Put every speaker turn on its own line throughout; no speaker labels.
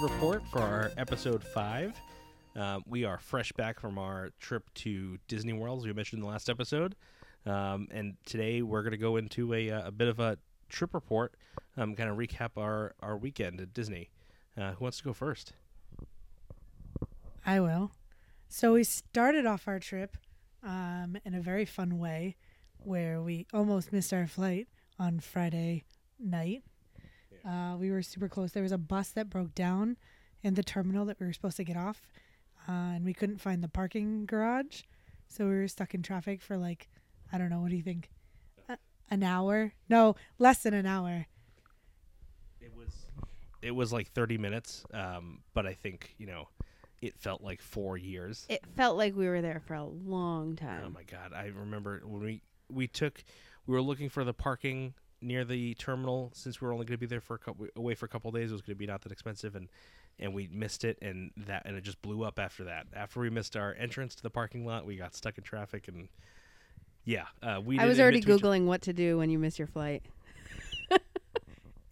report for our episode five. Um, we are fresh back from our trip to Disney World, as we mentioned in the last episode. Um, and today we're going to go into a, uh, a bit of a trip report, um, kind of recap our, our weekend at Disney. Uh, who wants to go first?
I will. So we started off our trip um, in a very fun way, where we almost missed our flight on Friday night. Uh, we were super close. There was a bus that broke down in the terminal that we were supposed to get off, uh, and we couldn't find the parking garage, so we were stuck in traffic for like, I don't know. What do you think? A- an hour? No, less than an hour.
It was it was like 30 minutes, um, but I think, you know, it felt like four years.
It felt like we were there for a long
Oh
time.
my god! I remember when we we took we were looking for the parking near the terminal since we were only going to be there for a couple away for a couple days. It was going to be not that expensive, and and we missed it, and that and it just blew up after that. After we missed our entrance to the parking lot, we got stuck in traffic, and yeah, uh, we.
I
did
was already
admit to each-
googling what to do when you miss your flight.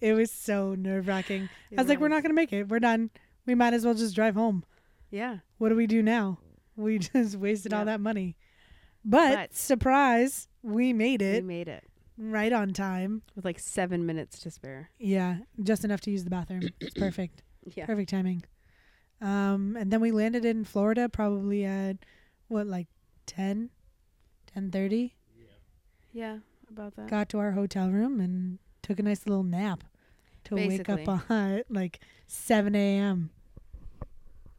It was so nerve wracking. I
It
was like, we're
was.
not gonna make it. We're done. We might as well just drive home.
Yeah,
what do we do now? We just wasted all
Yeah.
that money. But,
But-
surprise, we made
we
it
made it
right on time.
with like seven minutes to spare.
Yeah, just enough to use the bathroom. It's perfect.
Yeah,
Perfect timing. Um, and then we landed in Florida probably at what like 10 10:30.
yeah, about that.
Got to our hotel room and took a nice little nap to wake
Basically.
up on like 7 a.m.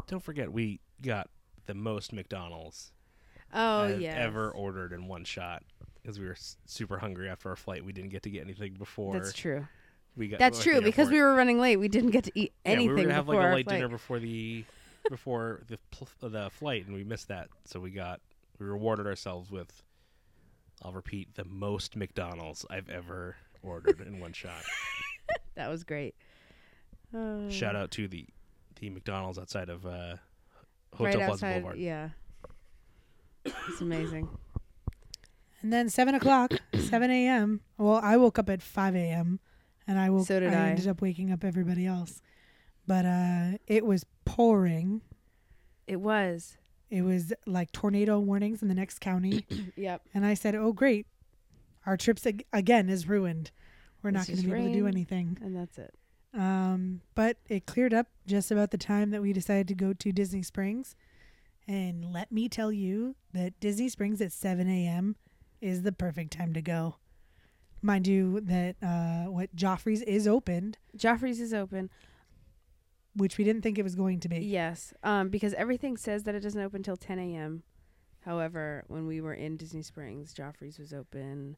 Don't forget, we got the most McDonald's
Oh
I've
yeah,
ever ordered in one shot because we were s- super hungry after our flight. We didn't get to get anything before
That's true.
we got.
That's
at the
true because
airport.
we were running late. We didn't get to eat anything
yeah, we were gonna have
before
like a
our
light
flight.
dinner before the before the pl- the flight, and we missed that. So we got we rewarded ourselves with. I'll repeat the most McDonald's I've ever ordered in one shot.
That was great. Uh,
Shout out to the the McDonald's outside of uh, Hotel
right
Plaza
outside,
Boulevard.
Yeah, it's amazing.
And then seven o'clock, seven a.m. Well, I woke up at five a.m. and I woke.
So did I.
ended up waking up everybody else, but uh, it was pouring.
It was.
It was like tornado warnings in the next county,
Yep.
and I said, "Oh great, our trips ag- again is ruined. We're not
It's
going to
just
be able to do
rain."
anything."
And that's it.
Um, but it cleared up just about the time that we decided to go to Disney Springs, and let me tell you that Disney Springs at seven a.m. is the perfect time to go. Mind you, that uh, what Joffrey's is opened,
Joffrey's is open.
which we didn't think it was going to be.
Yes, um, because everything says that it doesn't open till 10 a.m. However, when we were in Disney Springs, Joffrey's was open.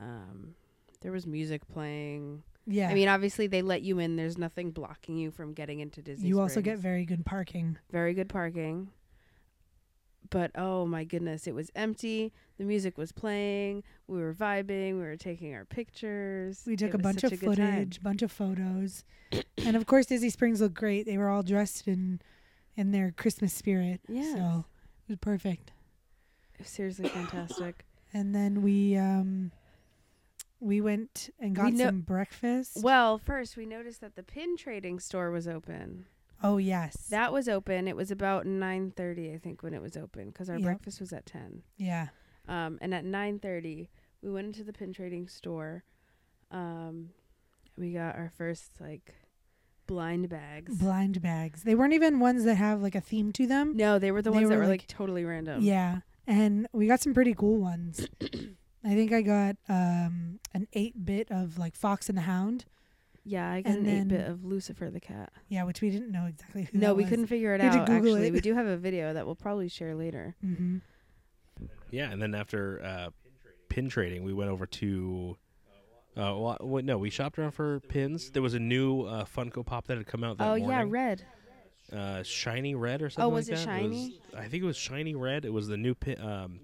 Um, there was music playing.
Yeah,
I mean, obviously they let you in. There's nothing blocking you from getting into Disney.
you also get
Springs.
very good parking.
very good parking. But oh my goodness, it was empty. The music was playing. We were vibing. We were taking our pictures.
We took
It
a
was
bunch
such
of
a good time.
footage, bunch of photos, and of course Disney Springs looked great. They were all dressed in in their Christmas spirit,
Yes.
so it was perfect.
It was Seriously fantastic.
and then we um we went and got
We kno-
some breakfast.
well, first we noticed that the pin trading store was open.
Oh yes,
That was open. It was about 9:30 I think when it was open because our
Yep.
breakfast was at 10.
yeah,
Um, and at 9:30 we went into the pin trading store. Um, we got our first like blind bags.
blind bags. They weren't even ones that have like a theme to them.
no, they were the
They
ones that
were,
were like,
like-
totally random.
Yeah, and we got some pretty cool ones. I think I got um an eight bit of like Fox and the Hound.
Yeah, I got
And
an eight bit
then-
of Lucifer the cat.
Yeah, which we didn't know exactly who.
No, we couldn't figure it
We had to
out.
Google
Actually,
it.
we do have a video that we'll probably share later.
Mm-hmm.
Yeah, and then after uh, pin trading, we went over to. Uh, wa- wait, no, we shopped around for pins. There was a new uh, Funko Pop that had come out that
oh
morning.
yeah, red.
uh, shiny red or something.
Oh, was
like
it
that. was-
shiny?
I think it was shiny red. It was the new pi- um,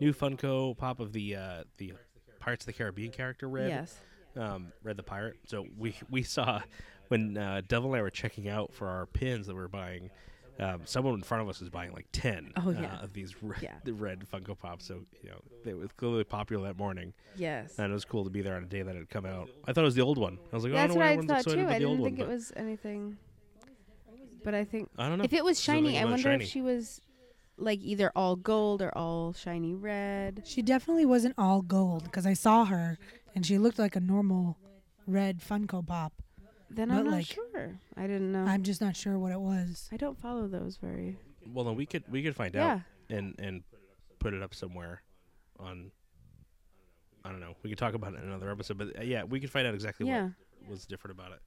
new Funko Pop of the uh, the Pirates of the Caribbean character red.
Yes.
Um, red the pirate. So we we saw when uh, Devil and I were checking out for our pins that we were buying. Um, someone in front of us was buying like ten
Oh, yeah.
uh, of these red,
Yeah.
the red Funko Pops. So you know they was clearly popular that morning,
Yes.
and it was cool to be there on a day that had come out. I thought it was the old one. I was like, oh, I
That's
don't know
what
why
I
everyone's
thought
excited
too.
about
I
the old
didn't
one.
think it
but-
was anything. But I think
I don't know.
if it was
She's only
shiny, I
about
wonder
shiny.
if she was like either all gold or all shiny red.
She definitely wasn't all gold because I saw her and she looked like a normal red Funko Pop.
Then
But,
I'm not
like,
sure. I didn't know.
I'm just not sure what it was.
I don't follow those very.
well, then we could we could find
Yeah.
out and and put it up somewhere on. I don't know. We could talk about it in another episode, but uh, yeah, we could find out exactly
Yeah.
what was different about it.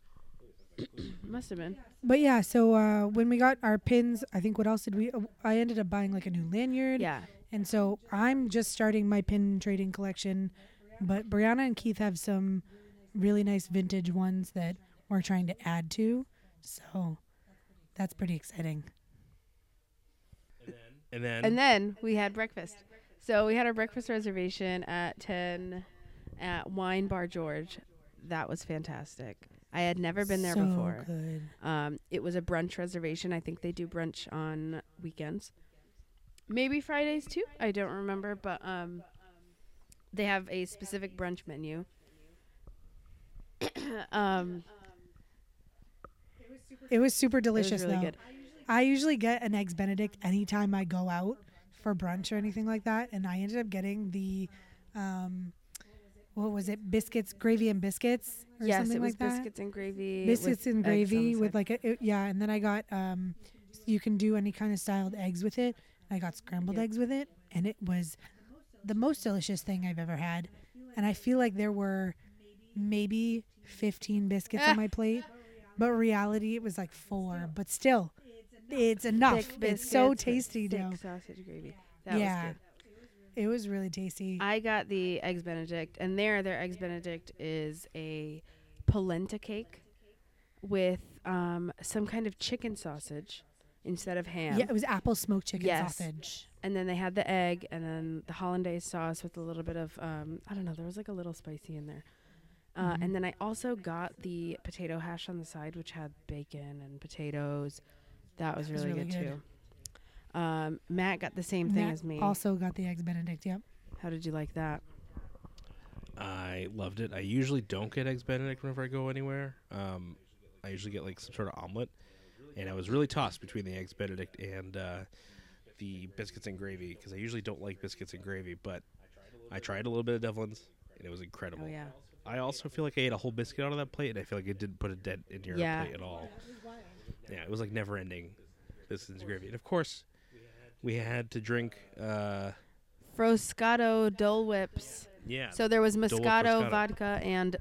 Must have been.
But yeah, so uh, when we got our pins, I think what else did we? oh, I ended up buying like a new lanyard.
Yeah.
And so I'm just starting my pin trading collection, but Brianna and Keith have some really nice vintage ones that we're trying to add to. So that's pretty exciting.
And then,
And then we had breakfast. So we had our breakfast reservation at 10 at Wine Bar George. That was fantastic. I had never been there
So
before.
Good.
Um, it was a brunch reservation. I think they do brunch on weekends, maybe Fridays too. I don't remember, but um, they have a specific brunch menu. um,
It was super
it was
delicious
really
though.
good.
I usually get an eggs benedict anytime I go out for brunch or anything like that, and I ended up getting the, um, what was it? Biscuits, gravy, and biscuits, or
Yes,
something
it was
like that.
biscuits and gravy.
biscuits
with
and
eggs on the
gravy with
side.
like a it- yeah, and then I got um, you can do any kind of styled eggs with it. I got scrambled
Yeah.
eggs with it, and it was the most delicious thing I've ever had. And I feel like there were maybe 15 biscuits on my plate, but reality it was like four. But still, ah, it's enough.
thick
It's so
biscuits with
tasty,
thick
though.
Sausage gravy. That
Yeah.
was good.
It was really tasty.
I got the eggs Benedict, and there their eggs Benedict is a polenta cake with um, some kind of chicken sausage instead of ham.
Yeah, it was apple smoked chicken
Yes.
sausage.
And then they had the egg, and then the hollandaise sauce with a little bit of um, I don't know. There was like a little spicy in there. Uh,
Mm-hmm.
And then I also got the potato hash on the side, which had bacon and potatoes. That was,
That was
really,
really
good,
good.
too. Um, Matt got the same thing
Matt
as me.
Also got the eggs benedict. Yep.
How did you like that?
I loved it. I usually don't get eggs Benedict whenever I go anywhere. Um, I usually get like some sort of omelet, and I was really tossed between the eggs Benedict and uh, the biscuits and gravy because I usually don't like biscuits and gravy, but I tried a little bit of Devlin's and it was incredible.
Oh yeah.
I also feel like I ate a whole biscuit out of that plate, and I feel like it didn't put a dent in your
Yeah.
plate at all. Yeah, it was like never ending biscuits and gravy, and of course, we had to drink. Uh,
Froscato Dole Whips.
yeah,
So there was
Whip
Moscato,
Moscato.
vodka, and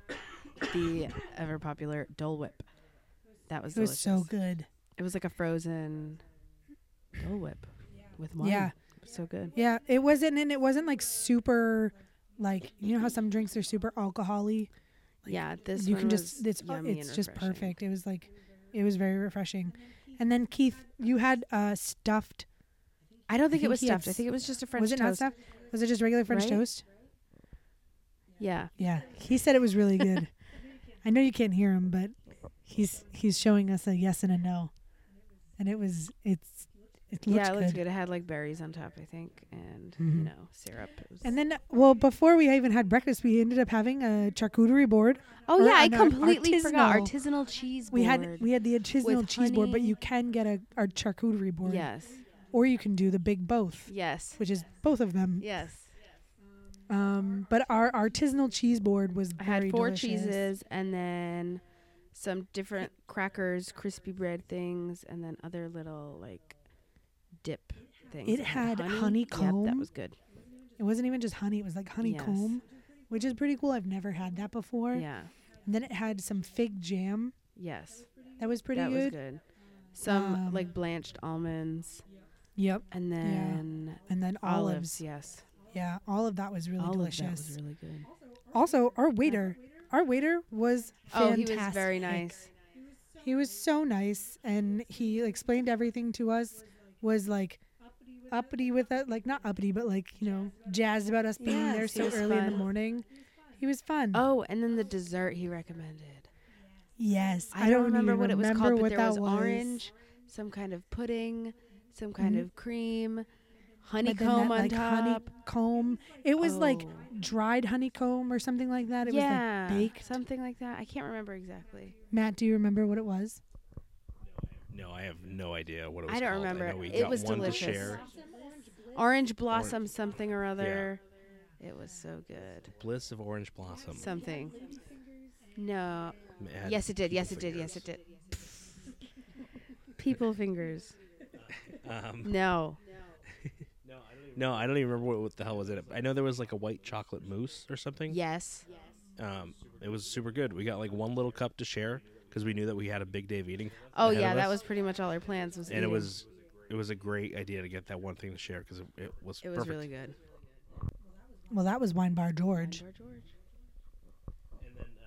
the ever popular Dole Whip. That was
It was so
delicious.
good.
It was like a frozen Dole Whip with wine.
Yeah.
It was so good.
Yeah, it wasn't, and it wasn't like super, like you know how some drinks are super alcoholy. Like,
yeah, this
you
one
can
was
just it's uh,
yummy
it's
and
just
refreshing.
perfect. It was like, it was very refreshing. And then Keith, you had uh stuffed.
I don't think, it
think
was
he had
stuffed. I think it was just a French
was it
toast.
not stuffed? Was it just regular French
Right?
toast?
Yeah,
Yeah, he said it was really good. I know you can't hear him, but he's he's showing us a yes and a no, and it was it's it looks
yeah, it
good.
looks good. It had like berries on top, I think, and
Mhm.
you know syrup. It was-
And then, well, before we even had breakfast, we ended up having a charcuterie board.
oh
or
yeah, I
an ar-
completely forgot
artisanal-
artisanal cheese board.
We had we had the artisanal
with
cheese board, but
honey.
you can get a our charcuterie board,
yes,
or you can do the big both,
yes,
which is both of them.
yes.
Um, but our artisanal cheese board was
I
very
had four
delicious.
cheeses and then some different crackers, crispy bread things, and then other little like dip things.
It had honeycomb.
Yep, that was good.
It wasn't even just honey; it was like honeycomb, which is pretty cool. I've never had that before.
Yeah.
And then it had some fig jam
Yes.
that was pretty
that
good.
was good. Some
Um,
like blanched almonds
Yep.
and then
And then
olives.
olives.
Yes.
Yeah, all of that was really
All
delicious.
of that was really good.
Also, our waiter, our waiter was
Oh,
fantastic.
he was very nice.
He was so nice, and he explained everything to us. Was like uppity with us, like not uppity, but like you know, jazzed about us being
Yes,
there
he
so
was
early in the
fun.
morning. He was fun.
Oh, and then the dessert he recommended.
yes,
I, don't, remember
even
what it was
remember
called, but
what
there
that
was, orange, some kind of pudding, some kind
Mhm.
of cream,
But then that,
honeycomb on
like,
top.
Honeycomb. It was like
Oh.
dried honeycomb or something like that. It
yeah,
was like baked.
something like that. I can't remember exactly.
Matt, do you remember what it was?
No, I have no idea what it was.
I don't
called.
remember.
know we
It
got
was
one To
delicious.
share.
Orange blossom something or other. It was so good.
Bliss of orange blossom.
Something. No.
Mad
Yes, it did.
people
Yes, it did. Yes, it
fingers.
did. People fingers.
Um,
No.
no, I don't even remember what, what the hell was in it. I know there was like a white chocolate mousse or something.
Yes.
Um, it was super good. We got like one little cup to share because we knew that we had a big day of eating.
Oh
ahead of
yeah, that
us.
was pretty much all our plans was.
and it
eating.
was it was a great idea to get that one thing to share because it, it was
It was
perfect.
really good.
Well, that was Wine Bar George.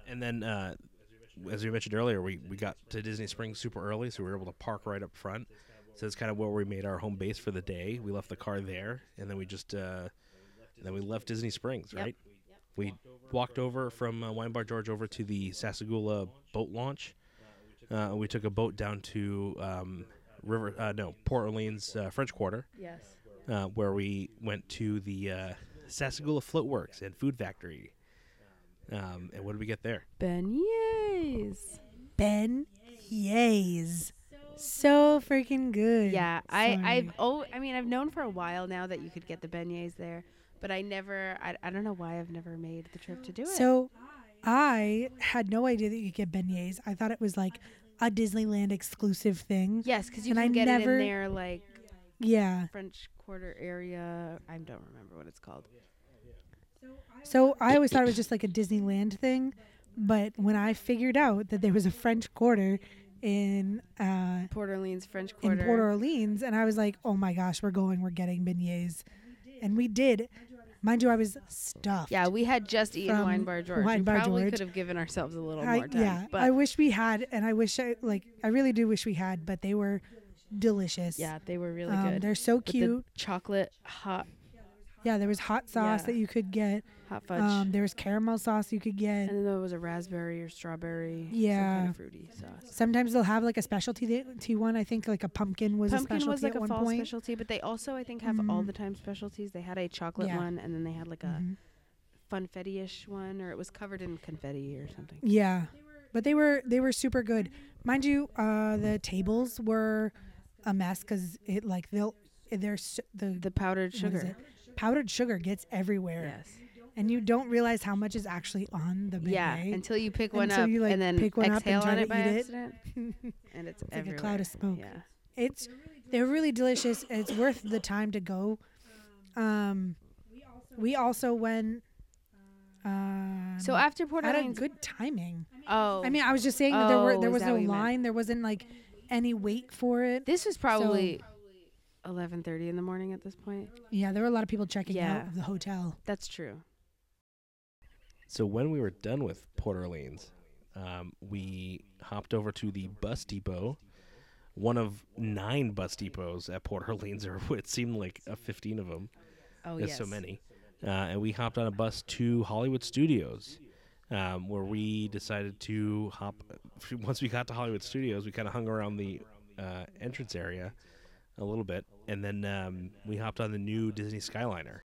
And then, uh, as we mentioned earlier, we, we got to Disney Springs super early, so we were able to park right up front. So it's kind of where we made our home base for the day. We left the car there, and then we just uh, and then we left Disney Springs, right? We walked over from uh, Wine Bar George over to the Sasagula boat launch. Uh, we took a boat down to um, River, uh, no, Port Orleans uh, French Quarter,
Yes.
uh, where we went to the uh, Sasagula Float Works and Food Factory. Um, and what did we get there?
Beignets.
Ben Yays. So freaking good.
Yeah, I
Sorry.
I've oh I mean I've known for a while now that you could get the beignets there, but I never I, I don't know why I've never made the trip to do it.
So I had no idea that you could get beignets. I thought it was like a Disneyland exclusive thing.
yes, because you
and
can
I
get it
never-
in their like
Yeah.
French Quarter area. I don't remember what it's called.
So I always thought it was just like a Disneyland thing, but when I figured out that there was a French Quarter in uh,
Port Orleans French
in
Quarter.
Port Orleans, and I was like, "Oh my gosh, we're going, we're getting beignets," and we did. Mind you, I was stuffed.
yeah, we had just eaten
From
Wine Bar George.
Wine
we
Bar
probably
George.
could have given ourselves a little
I,
more time.
yeah,
but
I wish we had, and I wish I like, I really do wish we had, but they were delicious.
yeah, they were really
um,
good.
they're so
With the
cute.
chocolate hot
yeah, there was hot sauce
Yeah.
that you could get.
hot fudge.
Um, there was caramel sauce you could get.
and then there was a raspberry or strawberry, some kind
Yeah.
of fruity sauce.
Sometimes they'll have like a specialty da- tea one. I think like a pumpkin was a
Pumpkin
specialty
was like
at
a
one
fall
point. Mm-hmm.
specialty, but they also I think have all the time specialties. They had a chocolate
Yeah.
one, and then they had like a
Mhm.
funfetti-ish one, or it was covered in confetti or something.
Yeah, but they were they were super good, mind you. Uh, the tables were a mess because it like they'll they're s the
The powdered
what is
sugar.
it? powdered sugar gets everywhere,
Yes.
and you don't realize how much is actually on the biggie.
Yeah. Until you pick one
Until
up
you, like,
and then
pick one up and
exhale
try
on
to
it by
eat it.
accident, and it's,
like
everywhere.
a cloud of smoke.
Yeah.
It's they're really delicious. and It's worth the time to go. Um, we also went. Um,
So after Port
at a
Orleans,
good timing.
oh,
I mean, I was just saying that there were
Oh,
there
is
was
that
no
what you meant?
line. There wasn't like any wait for it.
this was probably 11:30 in the morning at this point.
Yeah, there were a lot of people checking
Yeah.
out of the hotel.
That's true.
So when we were done with Port Orleans, um, we hopped over to the bus depot, one of nine bus depots at Port Orleans, or it seemed like uh, 15 of them.
Oh
There's
yes.
so many. Uh, and we hopped on a bus to Hollywood Studios, um, where we decided to hop. Once we got to Hollywood Studios, we kind of hung around the uh, entrance area a little bit, and then um, we hopped on the new Disney Skyliner.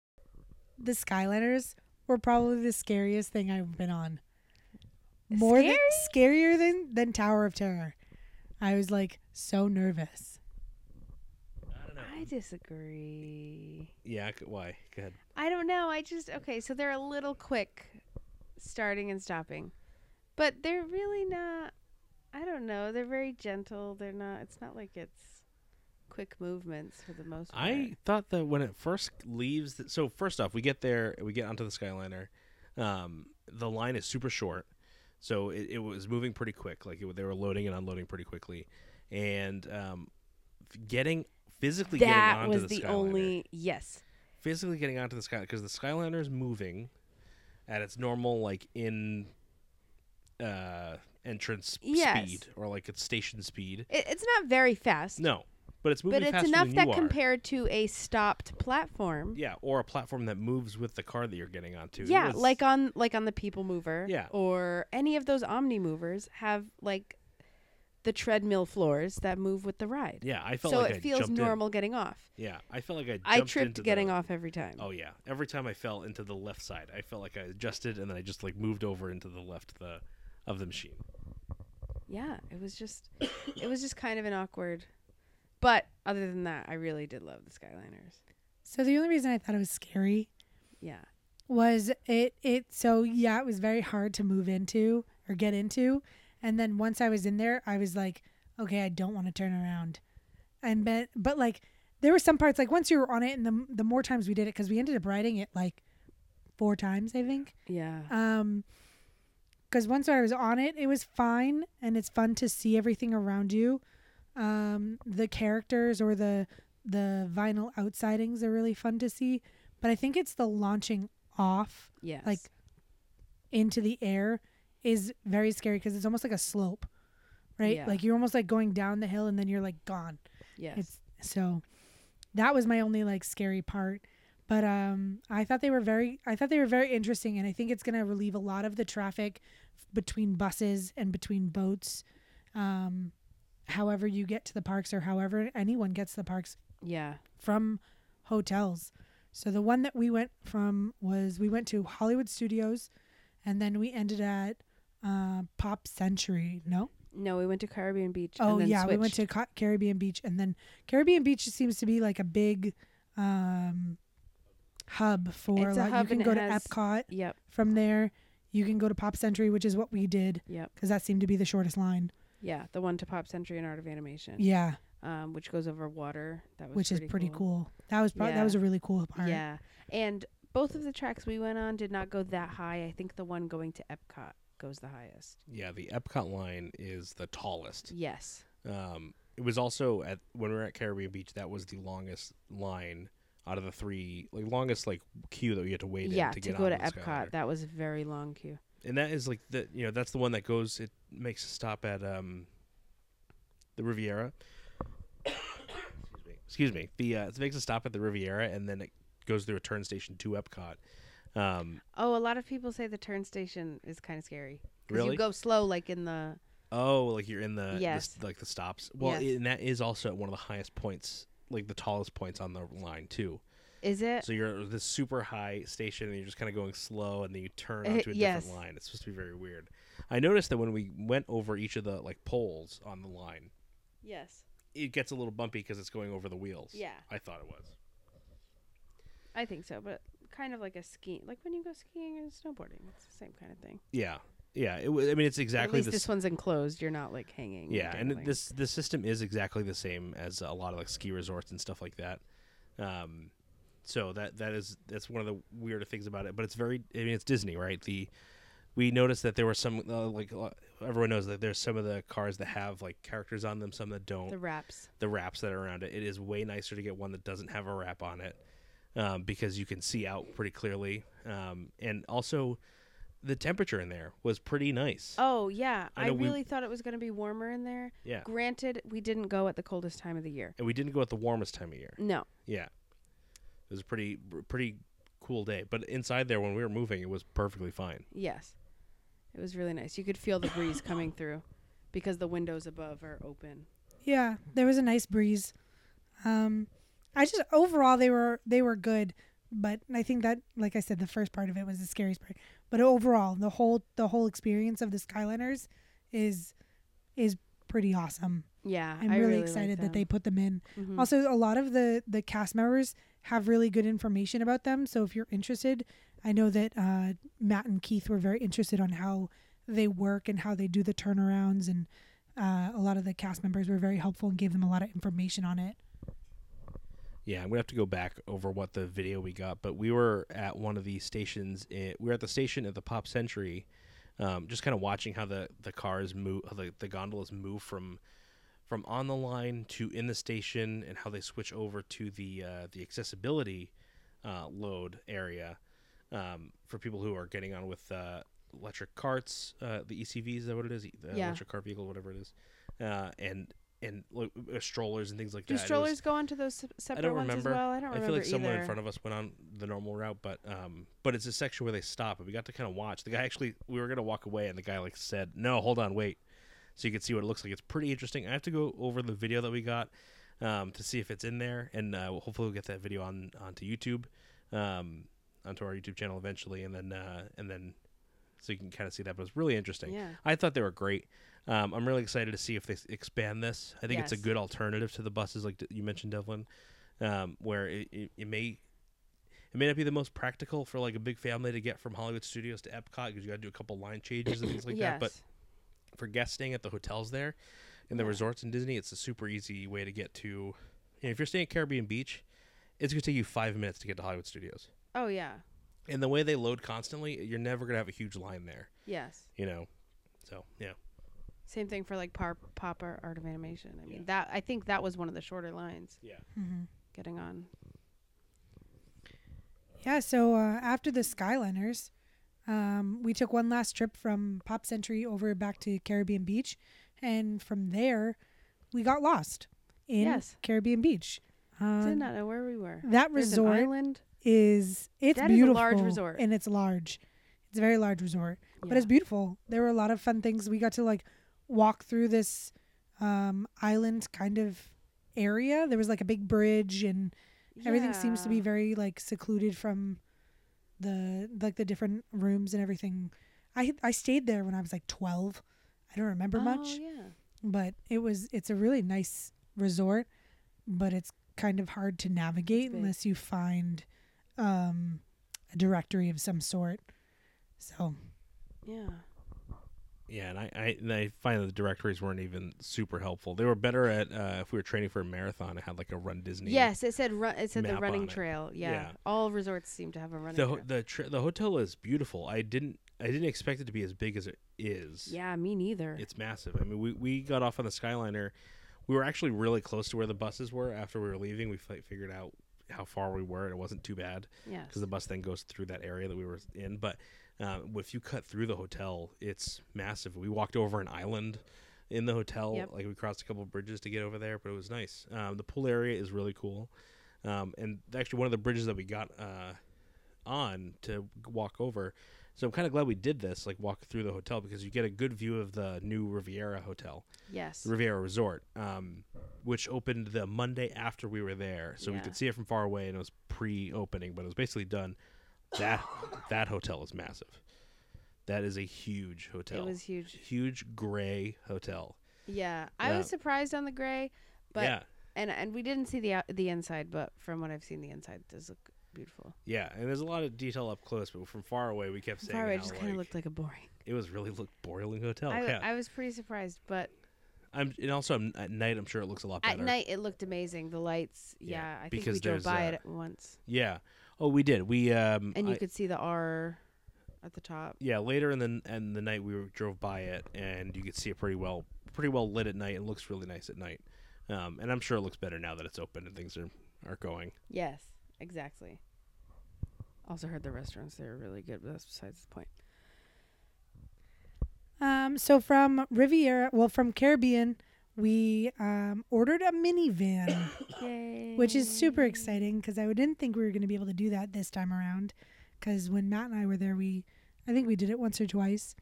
The Skyliners were probably the scariest thing I've been on. More than scarier than than Tower of Terror. I was like so nervous.
I disagree.
Yeah, c- why? Go ahead.
I don't know. I just okay. So they're a little quick, starting and stopping, but they're really not. I don't know. They're very gentle. They're not. It's not like it's quick movements for the most part.
I thought that when it first leaves, the, so first off, we get there, we get onto the Skyliner. Um, the line is super short, so it, it was moving pretty quick. Like it, they were loading and unloading pretty quickly, and um, getting physically getting
that
onto
was
the,
the,
Skyliner,
only yes.
physically getting onto the Skyliner because the Skyliner is moving at its normal like in uh entrance
Yes.
speed or like its station speed.
It, it's not very fast,
No, but it's moving
but it's
faster
enough
than
that
you are.
compared to a stopped platform,
Yeah, or a platform that moves with the car that you're getting onto. It
yeah,
was-
like on like on the People Mover,
Yeah.
or any of those Omni movers have like the treadmill floors that move with the ride.
yeah, I felt
so
like
it
I
feels
jumped in.
normal getting off.
Yeah, I felt like I. Jumped
I tripped
into
getting
the,
off every time.
Oh yeah, every time I fell into the left side, I felt like I adjusted and then I just like moved over into the left of the of the machine.
yeah, it was just it was just kind of an awkward. But other than that, I really did love the Skyliners.
So the only reason I thought it was scary
Yeah.
was it it so yeah it was very hard to move into or get into and then once i was in there i was like okay i don't want to turn around and but but like there were some parts like once you were on it and the, the more times we did it because we ended up riding it like four times i think
Yeah.
um because once i was on it it was fine and it's fun to see everything around you um the characters or the the vinyl outsidings are really fun to see but i think it's the launching off
Yes.
like into the air is very scary because it's almost like a slope right
Yeah.
like you're almost like going down the hill and then you're like gone
yes.
it's so that was my only like scary part but um i thought they were very i thought they were very interesting and i think it's going to relieve a lot of the traffic f- between buses and between boats um however you get to the parks or however anyone gets to the parks
yeah.
from hotels. So the one that we went from was we went to Hollywood Studios, and then we ended at uh, Pop Century. No,
No, we went to Caribbean Beach.
oh
and then
yeah, we went to
switched.
Ca- Caribbean Beach, and then Caribbean Beach seems to be like a big um, hub for
It's a
like
hub
you can
and it
go to
has-
Epcot
Yep.
from there. You can go to Pop Century, which is what we did
Yep.
because that seemed to be the shortest line.
Yeah. The one to Pop Century and Art of Animation.
Yeah,
Um, which goes over water. That was
which is pretty cool. That was probably
Yeah.
that was a really cool part.
Yeah. And both of the tracks we went on did not go that high. I think the one going to Epcot goes the highest.
Yeah, the Epcot line is the tallest.
Yes.
Um, it was also at when we were at Caribbean Beach. That was the longest line out of the three, like longest like queue that we had to wait
yeah,
in to,
to,
get
go
on
to
the
Epcot,
Skyliner.
that was a very long queue.
and that is like the you know that's the one that goes. It makes a stop at um, the Riviera. Excuse me. Excuse me. The uh, it makes a stop at the Riviera, and then it goes through a turn station to Epcot. Um,
Oh, a lot of people say the turn station is kind of scary. 'Cause
really?
You go slow, like in the
oh, like you're in the, the s-
Yes.
like the stops. Well,
Yes.
and that is also at one of the highest points, like the tallest points on the line too.
is it?
So you're at this super high station, and you're just kind of going slow, and then you turn
Eh,
onto a
yes.
different line. It's supposed to be very weird. I noticed that when we went over each of the like poles on the line,
yes,
it gets a little bumpy because it's going over the wheels.
Yeah.
I thought it was.
I think so, but kind of like a ski, like when you go skiing and snowboarding, it's the same kind of thing.
Yeah, yeah. It was. I mean, it's exactly
At least
the
this
s-
one's enclosed. You're not like hanging.
Yeah, and it-
dangling.
this the system is exactly the same as a lot of like ski resorts and stuff like that. Um, so that that is that's one of the weirder things about it. But it's very. I mean, it's Disney, right? The we noticed that there were some uh, like uh, everyone knows that there's some of the cars that have like characters on them, some that don't.
the wraps.
the wraps that are around it. It is way nicer to get one that doesn't have a wrap on it um, because you can see out pretty clearly. Um, and also, the temperature in there was pretty nice.
Oh yeah,
I
I,
know we-
really thought it was going to be warmer in there.
Yeah.
Granted, we didn't go at the coldest time of the year.
And we didn't go at the warmest time of year.
No.
Yeah. It was a pretty, pretty cool day. But inside there, when we were moving, it was perfectly fine.
Yes, it was really nice. You could feel the breeze coming through because the windows above are open.
Yeah, there was a nice breeze. Um, I just overall they were they were good, but I think that like I said, the first part of it was the scariest part. But overall, the whole the whole experience of the Skyliners is is pretty awesome.
Yeah,
I'm
I
really,
like
excited that
them.
they put them in.
Mhm.
Also, a lot of the the cast members have really good information about them. So if you're interested, I know that uh, Matt and Keith were very interested on how they work and how they do the turnarounds, and uh, a lot of the cast members were very helpful and gave them a lot of information on it.
Yeah, I'm gonna have to go back over what the video we got, but we were at one of the stations. In, we were at the station at the Pop Century, um, just kind of watching how the the cars move, how the, the gondolas move from from on the line to in the station, and how they switch over to the uh, the accessibility uh, load area um, for people who are getting on with uh, electric carts, uh, the ECVs, is that what it is? The
Yeah.
Electric car vehicle, whatever it is, uh, and and like, uh, strollers and things like
Do
that. It was-
strollers go onto those se- separate ones
remember.
as well? I don't
I
remember
feel like
either.
someone in front of us went on the normal route, but um, but it's a section where they stop, and we got to kind of watch. The guy actually, we were gonna walk away, and the guy like said, "No, hold on, wait," so you could see what it looks like. It's pretty interesting. I have to go over the video that we got um, to see if it's in there, and uh, hopefully we'll get that video on onto YouTube, um, onto our YouTube channel eventually, and then uh, and then so you can kind of see that. But it's really interesting.
Yeah.
I thought they were great. Um, I'm really excited to see if they s- expand this. I think it's a
Yes.
good alternative to the buses, like d- you mentioned, Devlin, um, where it, it, it may it may not be the most practical for like a big family to get from Hollywood Studios to Epcot because you got to do a couple line changes and things like that. But for guests staying at the hotels there and the
Yeah.
resorts in Disney, it's a super easy way to get to. You know, if you're staying at Caribbean Beach, it's going to take you five minutes to get to Hollywood Studios.
oh yeah,
And the way they load constantly, you're never going to have a huge line there,
yes.
you know? So, yeah.
Same thing for like par- pop art, art of animation. I mean
Yeah.
that I think that was one of the shorter lines
Mm-hmm.
getting on.
Yeah, so uh, after the Skyliners, um, we took one last trip from Pop Century over back to Caribbean Beach, and from there, we got lost in
Yes.
Caribbean Beach.
Did
Um,
not know where we were.
that
There's an
resort
island.
is it's
That is a
beautiful,
large resort.
and it's large. It's a very large resort, but
Yeah.
it's beautiful. There were a lot of fun things. We got to like walk through this um, island kind of area. There was like a big bridge and everything seems to be
Yeah.
very like secluded from the like the different rooms and everything i i stayed there when i was like 12 i don't remember
Oh,
much
yeah.
but it was it's a really nice resort but it's kind of hard to navigate
big.
unless you find um a directory of some sort so
Yeah.
Yeah, and I, I, and I find that the directories weren't even super helpful. They were better at uh, if we were training for a marathon. I had like a Run Disney.
Yes, it said run, it said the
Map on
running
it.
trail. Yeah.
Yeah.
All resorts seem to have a running
the ho-
trail.
the tr the hotel is beautiful. I didn't I didn't expect it to be as big as it is.
Yeah, me neither.
It's massive. I mean, we, we got off on the Skyliner. We were actually really close to where the buses were after we were leaving. We fi- figured out how far we were, and it wasn't too bad
yes.
because the bus then goes through that area that we were in. But um, if you cut through the hotel, it's massive. We walked over an island in the hotel.
Yep.
Like we crossed a couple bridges to get over there, but it was nice. Um, the pool area is really cool. Um, and actually, one of the bridges that we got uh, on to walk over. So I'm kind of glad we did this, like walk through the hotel, because you get a good view of the new Riviera Hotel.
yes.
Riviera Resort, um, which opened the Monday after we were there, so we
Yeah.
could see it from far away, and it was pre-opening, but it was basically done. That that hotel is massive. That is a huge hotel.
It was huge.
huge gray hotel.
Yeah. I
Yeah.
was surprised on the gray, but
yeah,
and and we didn't see the out, the inside, but from what I've seen the inside does look beautiful.
yeah, and there's a lot of detail up close, but from far away we kept
From
saying
far away, it
how,
just kind
like,
of looked like a boring.
it was really look boiling hotel.
I,
yeah,
I was pretty surprised, but
I, am and also um, at night I'm sure it looks a lot better.
at night it looked amazing. The lights,
Yeah,
yeah, I think
because
we drove
there's,
by
uh,
it once,
yeah. Oh, we did. We um
and you
I-
could see the R at the top.
yeah later in the in the night we were, drove by it and you could see it pretty well pretty well lit at night and looks really nice at night um, and i'm sure it looks better now that it's open and things are are going
Yes, exactly. Also heard the restaurants there are really good, but that's besides the point.
um so from riviera well from caribbean we um ordered a minivan
Yay.
which is super exciting because I didn't think we were going to be able to do that this time around. Because when Matt and I were there, we I think we did it once or twice.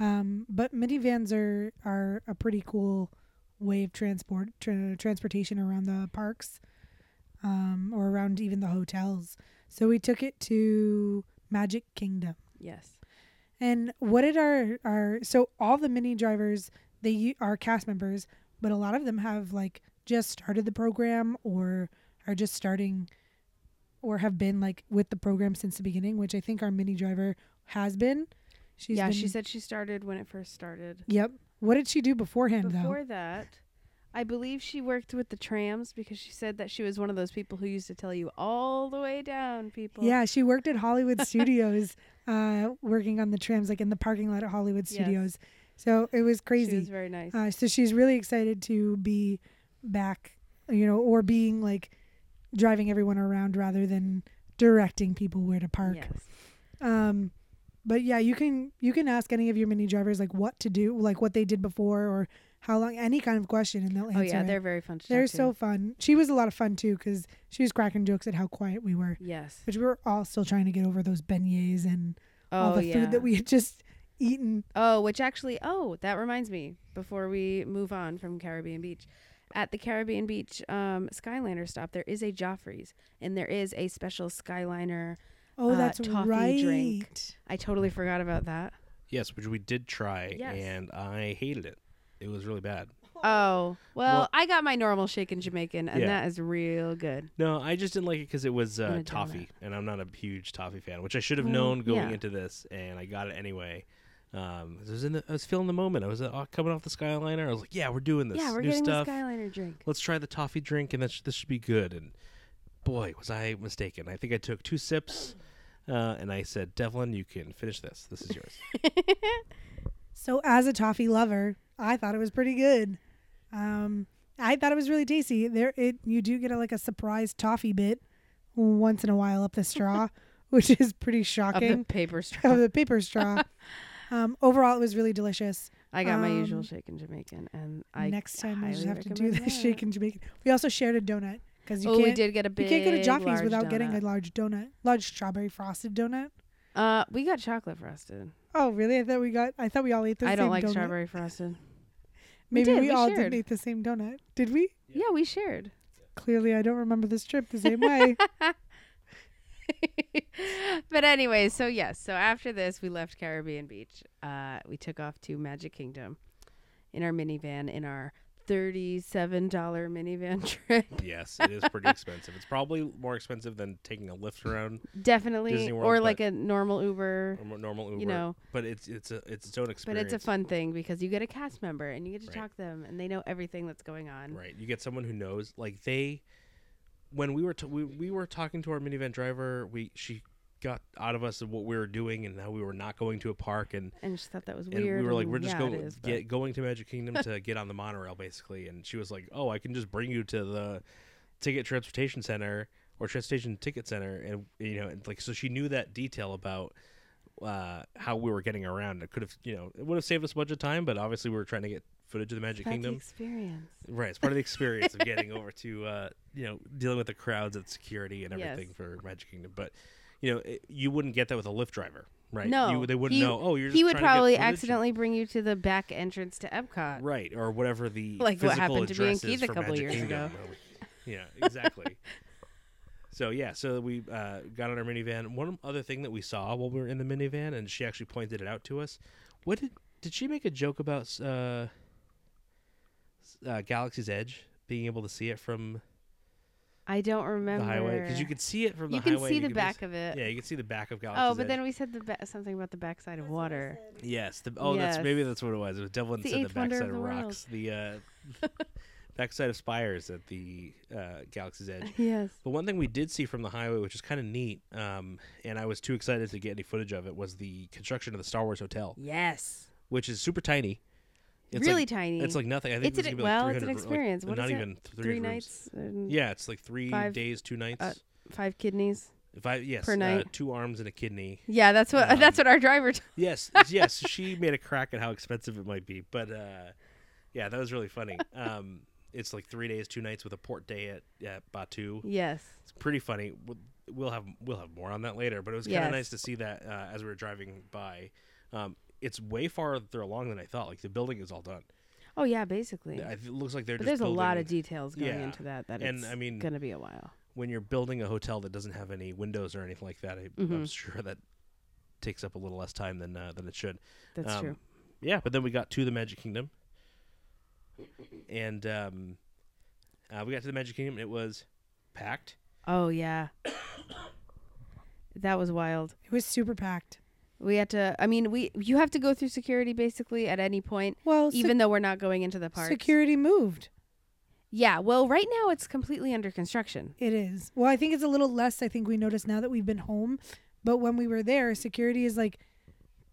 Um, but minivans are are a pretty cool way of transport tra- transportation around the parks, um, or around even the hotels. So we took it to Magic Kingdom.
Yes.
And what did our our so all the mini drivers they u- are cast members, but a lot of them have like just started the program or are just starting or have been like with the program since the beginning, which I think our mini driver has been. She's
yeah,
been,
she said she started when it first started.
Yep. What did she do beforehand
Before that, I believe she worked with the trams because she said that she was one of those people who used to tell you all the way down, people.
though? Yeah, she worked at Hollywood Studios, uh, working on the trams, like in the parking lot at Hollywood
Yes.
Studios. So it was crazy.
She was very nice.
Uh, so she's really excited to be back, you know, or being like driving everyone around rather than directing people where to park.
Yes.
Um, but yeah, you can you can ask any of your mini drivers like what to do, like what they did before or how long, any kind of question, and they'll answer.
Oh yeah,
it.
they're very fun to talk
they're
to.
so fun. She was a lot of fun too because she was cracking jokes at how quiet we were,
Yes.
which we were all still trying to get over those beignets and all
oh
the
yeah.
food that we had just eaten.
Oh, which actually, oh, that reminds me. Before we move on from Caribbean Beach, at the Caribbean Beach um, Skyliner stop, there is a Joffrey's, and there is a special Skyliner.
Oh,
Uh,
that's right.
toffee drink. I totally forgot about that.
yes which we did try
Yes.
and i hated it It was really bad.
Oh, well,
Well-
I got my normal shaken Jamaican, and
Yeah.
that is real good.
No, I just didn't like it because it was
I'm
uh,
a donut.
toffee, and I'm not a huge toffee fan, which I should have
Well,
known going
Mm, yeah.
into this, and I got it anyway. Um, I was in the, I was feeling the moment. I was uh, coming off the Skyliner. I was like, yeah, we're doing this
yeah, we're
new
getting
stuff.
the Skyliner drink.
Let's try the toffee drink, and that's, this should be good. And boy, was I mistaken. I think I took two sips, uh, and I said, Devlin, you can finish this. This is yours.
So as a toffee lover, I thought it was pretty good. Um, I thought it was really tasty. There, it you do get a, like a surprise toffee bit once in a while up the straw, which is pretty
Of the
shocking.
paper
Of the,
straw.
paper straw. um, overall, it was really delicious.
I got my
um,
usual shaken Jamaican, and I
Next time we'll just
highly
have to do
recommend
the
that.
shake and Jamaican. We also shared a donut because you
Oh, we
can't
did get a big.
you can't go to Joffrey's
large
without getting a
donut.
large donut, large strawberry frosted donut.
Uh, we got chocolate frosted.
Oh, really? I thought we got. I thought we all ate the
I
same
don't like
donut.
strawberry frosted. We
Maybe
did,
we
we
all
shared.
didn't eat the same donut. Did we?
Yeah.
Yeah, we shared.
clearly I don't remember this trip the same way.
but anyway, so yes, so after this, we left Caribbean Beach. Uh, we took off to Magic Kingdom in our minivan, in our thirty-seven dollar minivan trip.
yes, it is pretty expensive. It's probably more expensive than taking a lift around
Definitely,
Disney World,
or
but-
like a normal Uber.
a mo- normal Uber.
You know,
but it's it's a it's its own
but
experience.
it's a fun thing because you get a cast member and you get to
Right.
talk to them, and they know everything that's going on.
Right. You get someone who knows. Like they, when we were t- we, we were talking to our minivan driver, we she got out of us of what we were doing and how we were not going to a park and
And she thought that was
and
weird.
we were like we're
and
just
yeah, it
going
is, but-
get going to Magic Kingdom to get on the monorail basically and she was like oh I can just bring you to the ticket transportation center or transportation ticket center and you know and like so she knew that detail about uh how we were getting around it could have you know it would have saved us a bunch of time but obviously we were trying to get footage of the Magic
That's the
Kingdom
experience.
Right, it's part of the experience of getting over to uh, you know dealing with the crowds at security and everything
Yes.
for Magic Kingdom. But you know, it, you wouldn't get that with a Lyft driver, right?
No,
you, they wouldn't
he-
know. Oh, you're.
He
just
would
trying to get
probably
footage and-"
accidentally bring you to the back entrance to Epcot.
Right, or whatever the
Like what
physical
happened to me and
address is
Keith a
for
couple
Magic
years
Kingdom.
ago.
yeah, exactly. so yeah, so we uh, got on our minivan. One other thing that we saw while we were in the minivan, and she actually pointed it out to us. What did did she make a joke about? Uh, s- uh, Galaxy's Edge being able to see it from
I don't
the
remember
highway because you could see it from
You
the
can
highway.
see
you
the
could
back
s-
of it.
Yeah, you can see the back of Galaxy's
oh, but then we said the ba- something about the backside of water.
yes, the, oh, that's maybe
Yes.
that's what it was. It was Devlin
The
said the
eighth wonder
backside
of
of,
the world.
rocks, the uh, backside of spires at the uh, Galaxy's Edge.
yes.
But one thing we did see from the highway, which is kind of neat, um, and I was too excited to get any footage of it, was the construction of the Star Wars hotel,
Yes.
which is super tiny. It's
really
like,
tiny.
It's like nothing. I think
It's
it's,
an-
gonna be
well,
like
it's an
300 like,
experience. What
not
is it?
even 300
three
rooms.
nights, and
Yeah, it's like three
Five-
days, two nights.
uh, five kidneys.
if I yes,
per
uh,
night.
two arms and a kidney.
Yeah, that's what
Um,
that's what our driver. T-
Yes, yes, she made a crack at how expensive it might be, but uh, yeah, that was really funny. Um, it's like three days, two nights with a port day at, at Batu.
yes.
It's pretty funny. We'll- We'll have we'll have more on that later, but it was kind of
Yes.
nice to see that uh, as we were driving by. Um, it's way farther along than I thought. Like the building is all done.
Oh yeah, basically.
I- It looks like they're
but
just
there's a lot
building-
of details going
yeah.
into that. That
And,
it's
I mean,
gonna be a while.
when you're building a hotel that doesn't have any windows or anything like that. I, I'm
Mhm.
sure that takes up a little less time than uh, than it should.
That's
Um,
true.
Yeah, but then we got to the Magic Kingdom, and um, uh, we got to the Magic Kingdom. And it was packed.
Oh yeah. that was wild.
It was super packed.
We had to. I mean, we you have to go through security basically at any point,
Well,
even though we're not going into the park.
security moved.
Yeah. Well, right now it's completely under construction.
It is. Well, I think it's a little less. I think we notice now that we've been home, but when we were there, security is like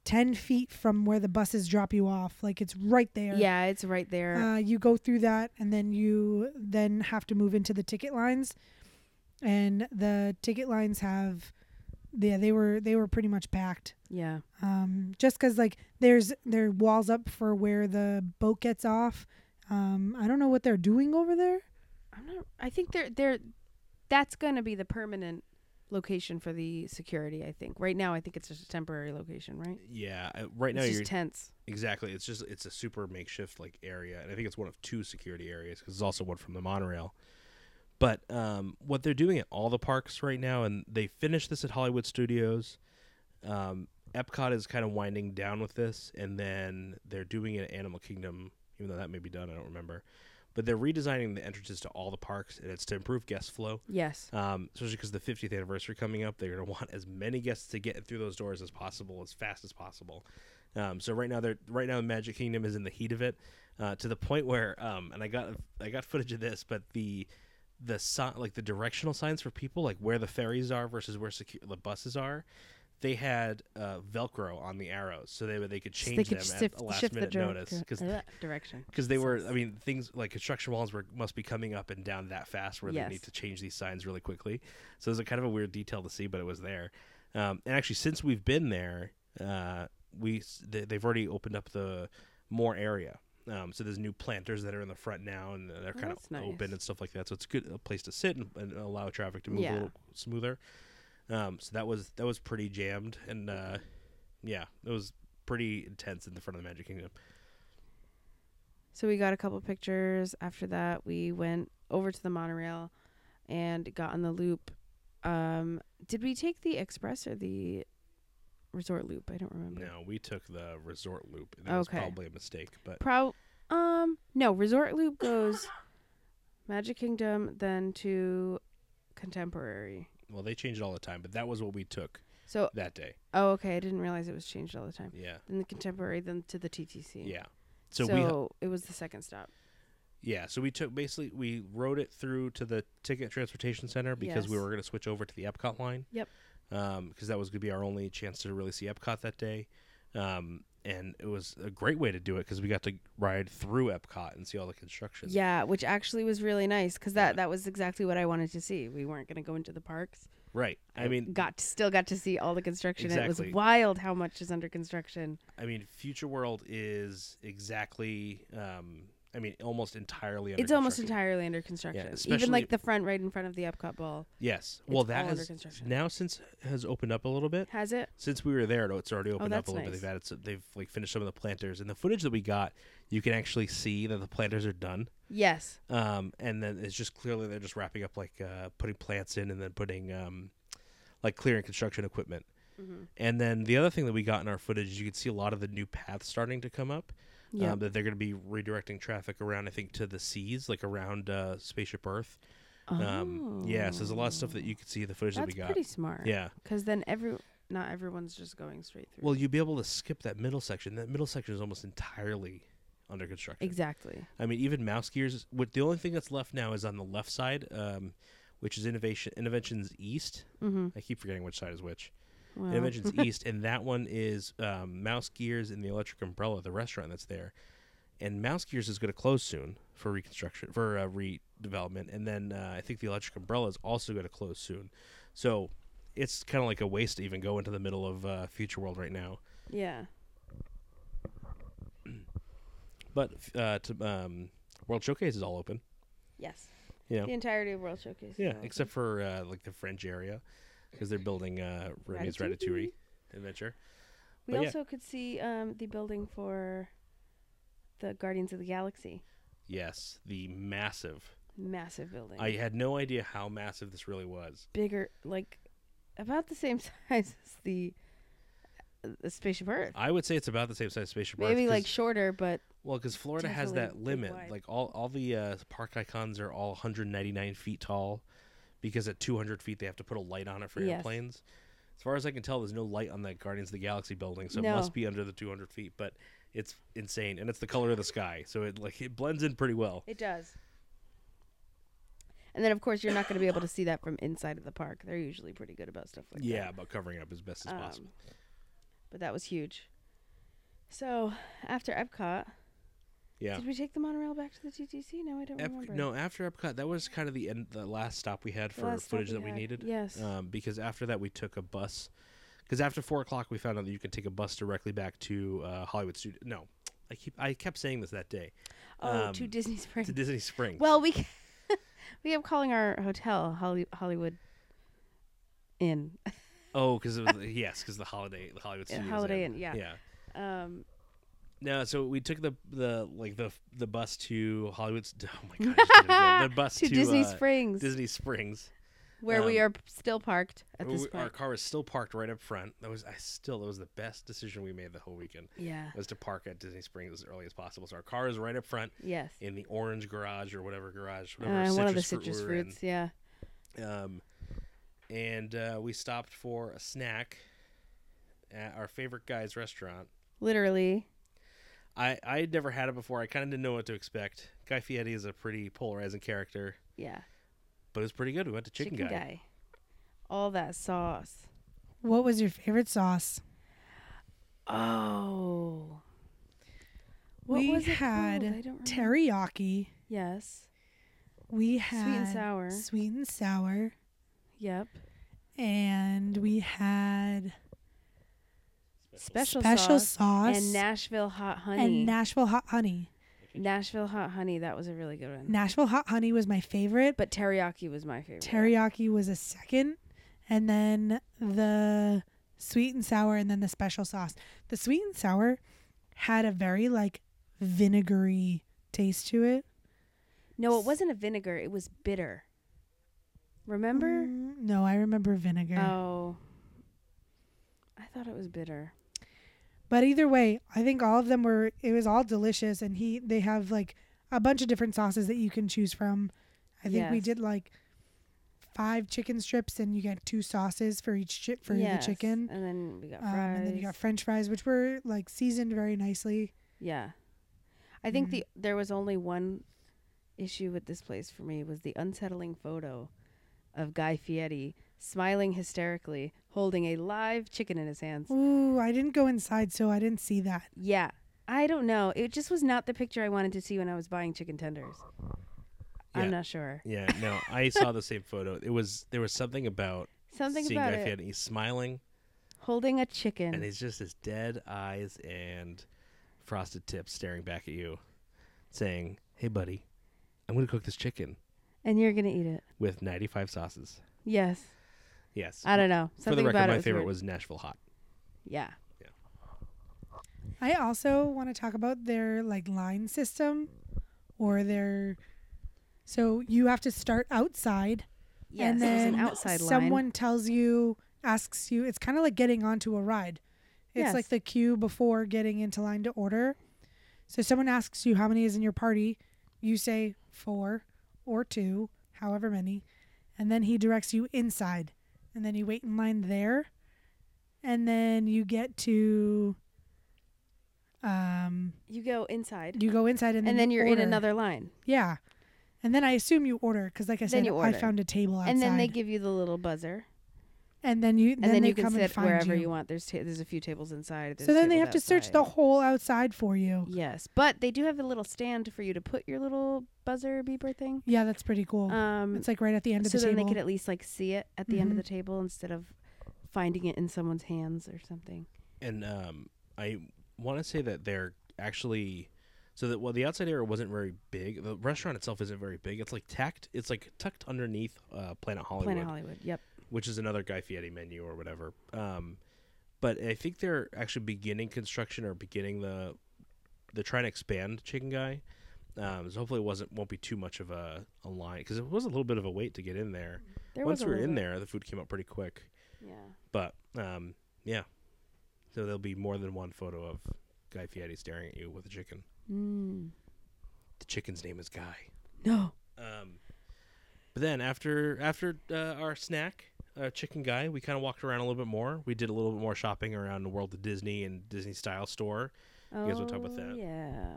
ten feet from where the buses drop you off. Like it's right there.
Yeah, it's right there.
Uh, you go through that, and then you then have to move into the ticket lines, and the ticket lines have, yeah, they were they were pretty much packed.
yeah.
um, just because like there's there are walls up for where the boat gets off. Um, I don't know what they're doing over there.
I'm not. I think they're they're. That's gonna be the permanent location for the security. I think right now I think it's just a temporary location. Right.
Yeah, I- right
It's
now
just
you're
tents.
exactly. It's just it's a super makeshift like area, and I think it's one of two security areas because there's also one from the monorail. But um, what they're doing at all the parks right now, and they finished this at Hollywood Studios. Um, Epcot is kind of winding down with this, and then they're doing it at Animal Kingdom even though that may be done. I don't remember. But they're redesigning the entrances to all the parks, and it's to improve guest flow.
Yes.
Um, especially because the 50th anniversary coming up, they're going to want as many guests to get through those doors as possible, as fast as possible. Um, so right now, they're right now Magic Kingdom is in the heat of it, uh, to the point where, um, and I got I got footage of this, but the the sign like the directional signs for people, like where the ferries are versus where secu- the buses are, they had uh, Velcro on the arrows, so they they could
So
change
they
them
could
at
shift-
the last
shift
minute
the uh, dir-
notice because
dir- direction.
because they were i mean things like construction walls were must be coming up and down that fast where
Yes.
they need to change these signs really quickly so it was a kind of a weird detail to see but it was there um, and actually since we've been there uh, we s- they, they've already opened up the more area um, so there's new planters that are in the front now and they're kind of
Oh, that's nice.
open and stuff like that so it's a good a place to sit and, and allow traffic to move
Yeah.
a little smoother um, so that was that was pretty jammed and uh, yeah it was pretty intense in the front of the magic kingdom
So we got a couple pictures. After that, we went over to the monorail and got on the loop. Um, did we take the express or the resort loop? I don't remember.
No, we took the resort loop. And that was
Okay.
probably a mistake, but
Pro um no, resort loop goes Magic Kingdom then to Contemporary.
well, they change it all the time. But that was what we took
So
that day.
oh okay, I didn't realize it was changed all the time.
Yeah,
Then the Contemporary then to the TTC.
yeah. So,
So,
we
it was the second stop.
yeah, so we took basically we rode it through to the ticket transportation center because we
Yes.
were going to switch over to the Epcot line.
Yep.
Because that was going to be our only chance to really see Epcot that day, um, and it was a great way to do it because we got to ride through Epcot and see all the construction.
Yeah, which actually was really nice cuz that
Yeah.
that was exactly what I wanted to see. We weren't going to go into the parks.
Right. I mean,
got to, still got to see all the construction. It
Exactly.
was wild how much is under construction.
I mean, Future World is exactly. Um, I mean, almost entirely. Under
It's almost
construction.
entirely under construction.
especially-
Even like the front right in front of the Epcot ball.
Yes. well,
It's
that
all under
has
construction.
now since has opened up a little bit.
Has it?
Since we were there, it's already opened up
Oh, that's
a little
nice.
bit. They've added, some, they've like finished some of the planters, and the footage that we got, you can actually see that the planters are done.
Yes.
Um, and then it's just clearly they're just wrapping up like uh, putting plants in, and then putting um, like clearing construction equipment.
Mm-hmm.
And then the other thing that we got in our footage is you could see a lot of the new paths starting to come up.
Yeah.
Um, that they're going to be redirecting traffic around, I think, to the seas, like around uh, Spaceship Earth. Um, yeah, so there's a lot of stuff that you could see in the footage
Oh. That's
that we got.
pretty smart.
Yeah.
Because then every not everyone's just going straight through.
Well, you'd be able to skip that middle section. That middle section is almost entirely under construction.
exactly.
I mean, even Mouse Gears. What the only thing that's left now is on the left side, um, which is Innovation Interventions East.
Mm-hmm.
I keep forgetting which side is which.
Well,
Interventions East, and that one is um, Mouse Gears and the Electric Umbrella, the restaurant that's there. And Mouse Gears is going to close soon for reconstruction for uh, redevelopment, and then uh, I think the Electric Umbrella is also going to close soon. So it's kind of like a waste to even go into the middle of uh, Future World right now.
yeah.
But f- uh, to, um, World Showcase is all open.
Yes.
You know,
The entirety of World Showcase. is
yeah,
all-
except for uh, like the French area because they're building uh, Remy's Ratatouille
Ratatouille.
adventure.
we
but yeah.
also could see um, the building for the Guardians of the Galaxy,
Yes, the massive.
massive building,
I had no idea how massive this really was.
bigger, like about the same size as the, uh, the spaceship Earth.
I would say it's about the same size as Spaceship Earth.
Maybe
'cause-
like shorter, but
well, because Florida has
definitely
that
big
limit.
wide.
Like all all the uh, park icons are all 199 feet tall, because at 200 feet they have to put a light on it for
Yes.
airplanes. As far as I can tell, there's no light on that Guardians of the Galaxy building, so it
No.
must be under the 200 feet. But it's insane, and it's the color of the sky, so it like it blends in pretty well.
It does. And then, of course, you're not going to be able to see that from inside of the park. They're usually pretty good about stuff like
yeah,
that.
about covering it up as best as
Um,
possible.
But that was huge. So after Epcot,
Yeah.
did we take the monorail back to the TTC? No, I don't
Ep-
remember.
no, after Epcot, that was kind of the end, the last stop we had
The
for
last stop
footage that we
had.
needed.
Yes.
um, because after that we took a bus. Because after four o'clock, we found out that you can take a bus directly back to uh, Hollywood Studio. No, I keep I kept saying this that day
oh,
um,
to Disney Springs.
to Disney Springs.
well, we ca- we kept calling our hotel Holly- Hollywood Inn,
oh, because yes, because the holiday, the Hollywood Studio,
Holiday Inn. Yeah.
yeah.
Um,
No, so we took the the like the the bus to Hollywood. St- Oh my god, I just did it again. the bus
to, Disney
uh,
Springs.
Disney Springs.
where we
Um,
are p- still parked at this
We- our
point.
car was still parked right up front. That was I still that was the best decision we made the whole weekend
Yeah.
was to park at Disney Springs as early as possible. So our car is right up front
Yes.
in the orange garage or whatever garage, whatever
Uh,
citrus
one of the
fruit
citrus
we were in.
fruits. Yeah.
Um, and uh, we stopped for a snack at our favorite guy's restaurant.
Literally.
I I had never had it before. I kind of didn't know what to expect. Guy Fieri is a pretty polarizing character,
Yeah.
but it was pretty good. We went to Chicken, guy.
All that sauce.
What was your favorite sauce?
Oh. What
we
was it
had
called? I don't remember.
teriyaki.
Yes.
We
Sweet
had
and sour.
Sweet and sour.
Yep.
And we had
Special,
special
sauce,
sauce,
and Nashville hot honey.
and Nashville hot honey.
Nashville hot honey. That was a really good one.
Nashville hot honey was my favorite, but
but teriyaki was my favorite.
teriyaki was a second, and then the sweet and sour, and then the special sauce. The sweet and sour had a very like vinegary taste to it.
No, it wasn't a vinegar. It was bitter. Remember?
Mm, no, I remember vinegar.
Mm-hmm. Oh. I thought it was bitter.
But either way, I think all of them were. It was all delicious, and he they have like a bunch of different sauces that you can choose from. I think we
Yes.
did like five chicken strips, and you get two sauces for each chip for
Yes,
the chicken,
And then we got
um,
fries.
and then you got French fries, which were like seasoned very nicely.
Yeah. I think
Mm.
the there was only one issue with this place for me was the unsettling photo of Guy Fieri smiling hysterically, holding a live chicken in his hands.
Ooh, I didn't go inside, so I didn't see that.
Yeah. I don't know. It just was not the picture I wanted to see when I was buying chicken tenders.
Yeah.
I'm not sure.
Yeah, no, I saw the same photo. It was there was something about
Something
seeing
about
Guy
it.
Fieri. He's smiling,
Holding a chicken.
and it's just his dead eyes and frosted tips staring back at you, saying, "Hey, buddy, I'm gonna cook this chicken
And you're gonna eat it.
with 95 sauces."
Yes.
Yes.
I don't know.
For
Something
the record,
about it
my
was
favorite
weird.
was Nashville Hot.
yeah.
I also want to talk about their like line system, or their. So you have to start outside
Yes.
and
it
then
was an outside
someone
line.
tells you, asks you. It's kind of like getting onto a ride. It's
Yes.
like the queue before getting into line to order. So someone asks you how many is in your party. You say four or two, however many, and then he directs you inside, and then you wait in line there, and then you get to. Um,
You go inside.
you go inside, and then
and then
you
you're
order.
in another line.
Yeah, and then I assume you order because, like I said,
you
I
order.
found a table outside,
And then they give you the little buzzer,
and then you
and then,
they
you can
come and
sit
find
wherever
you.
you. want. There's ta- there's a few tables inside.
So
there's
then they have
tables
to search the
outside.
whole outside for you.
Yes, but they do have a little stand for you to put your little buzzer beeper thing.
Yeah, that's pretty cool.
Um,
Oh, it's like right at the end of
so
the
then
table.
they could at least like see it at the end
Mhm.
of the table instead of finding it in someone's hands or something.
And um, I want to say that they're actually so that well, the outside area wasn't very big. The restaurant itself isn't very big. It's like tacked. It's like tucked underneath uh, Planet Hollywood,
Planet Hollywood. Yep.
which is another Guy Fieri menu or whatever. Um, but I think they're actually beginning construction or beginning the they're trying to expand Chicken Guy. Um, so hopefully it wasn't won't be too much of a, a line because it was a little bit of a wait to get in there.
There
Once
was a
we were in
little-
there, the food came out pretty quick.
Yeah.
But um, yeah, so there'll be more than one photo of Guy Fieri staring at you with a chicken.
Mm.
The chicken's name is Guy.
No.
Um, but then after after uh, our snack, uh, chicken guy, we kind of walked around a little bit more. We did a little bit more shopping around the world of Disney and Disney style store.
Oh,
guys wanna talk about that?
Yeah.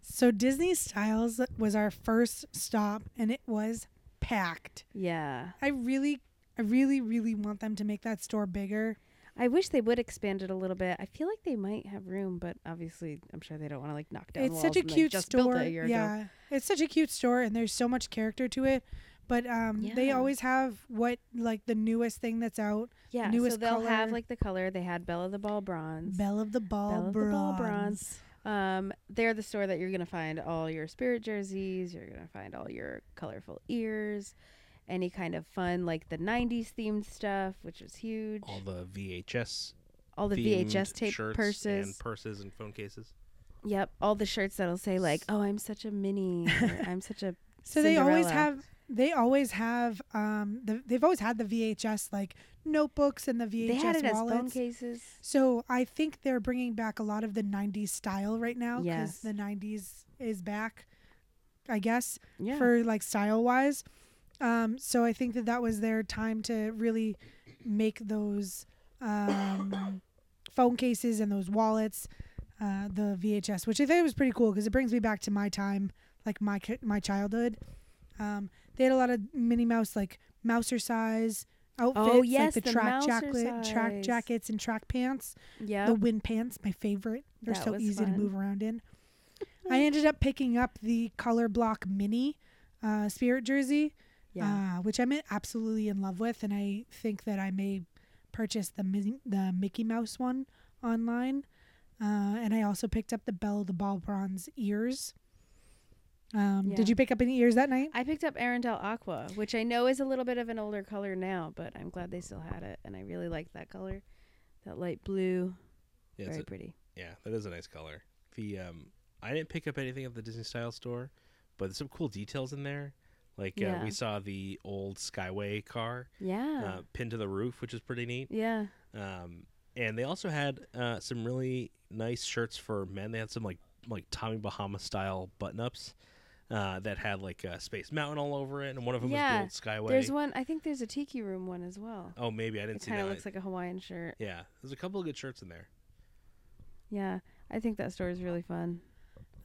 so Disney Styles was our first stop, and it was packed.
Yeah.
I really, I really, really want them to make that store bigger.
I wish they would expand it a little bit. I feel like they might have room, but obviously, I'm sure they don't want to like knock down.
it's
walls
such a
when they
cute
just
store.
Built it a year
yeah,
ago.
it's such a cute store, and there's so much character to it. But um, they
Yeah.
always have what like the newest thing that's out.
Yeah, so
newest
they'll have
color.
like the color. They had Bella the Ball Bronze.
Bell of the Ball
Bell of the
Bronze.
Ball Bronze. um, they're the store that you're gonna find all your spirit jerseys. You're gonna find all your colorful ears, any kind of fun like the '90s themed stuff, which was huge.
All the VHS,
All the
themed
VHS tape
shirts
purses.
and purses and phone cases.
yep, all the shirts that'll say like, "Oh, I'm such a mini," or, "I'm such a."
So they always
Cinderella."
have they always have um the, they've always had the VHS like notebooks and the VHS
They had it as phone
wallets.
cases.
so I think they're bringing back a lot of the 90s style right now cuz
Yes.
the 90s is back I guess
Yeah.
for like style wise. Um so I think that that was their time to really make those um phone cases and those wallets uh the VHS which I think was pretty cool cuz it brings me back to my time like my ki- my childhood. Um, they had a lot of Minnie Mouse like mouser size outfits,
Oh,
like
yes,
the,
the
track
mouser
jacket, track
size.
jackets, and track pants.
Yeah.
The wind pants, my favorite. They're
That
so
was
easy to
fun.
move around in. I ended up picking up the color block mini uh, spirit jersey,
yeah.
uh, which I'm absolutely in love with, and I think that I may purchase the Mi- the Mickey Mouse one online. Uh, and I also picked up the Belle the Ball Bronze ears. Um, Did
Yeah.
you pick up any ears that night?
I picked up Arendelle Aqua, which I know is a little bit of an older color now, but I'm glad they still had it, and I really like that color, that light blue,
Yeah, it's
very
a-
pretty.
yeah, that is a nice color. The um, I didn't pick up anything at the Disney style store, but there's some cool details in there. Like uh,
Yeah.
we saw the old Skyway car
Yeah,
uh, pinned to the roof, which is pretty neat.
yeah,
Um, and they also had uh, some really nice shirts for men. They had some like like Tommy Bahama style button ups uh, that had like uh, Space Mountain all over it, and one of them
Yeah,
was the old Skyway.
There's one. I think there's a tiki room one as well.
Oh, maybe I didn't
It
see
kind
that.
of looks like a Hawaiian shirt.
yeah, there's a couple of good shirts in there.
Yeah, I think that store is really fun.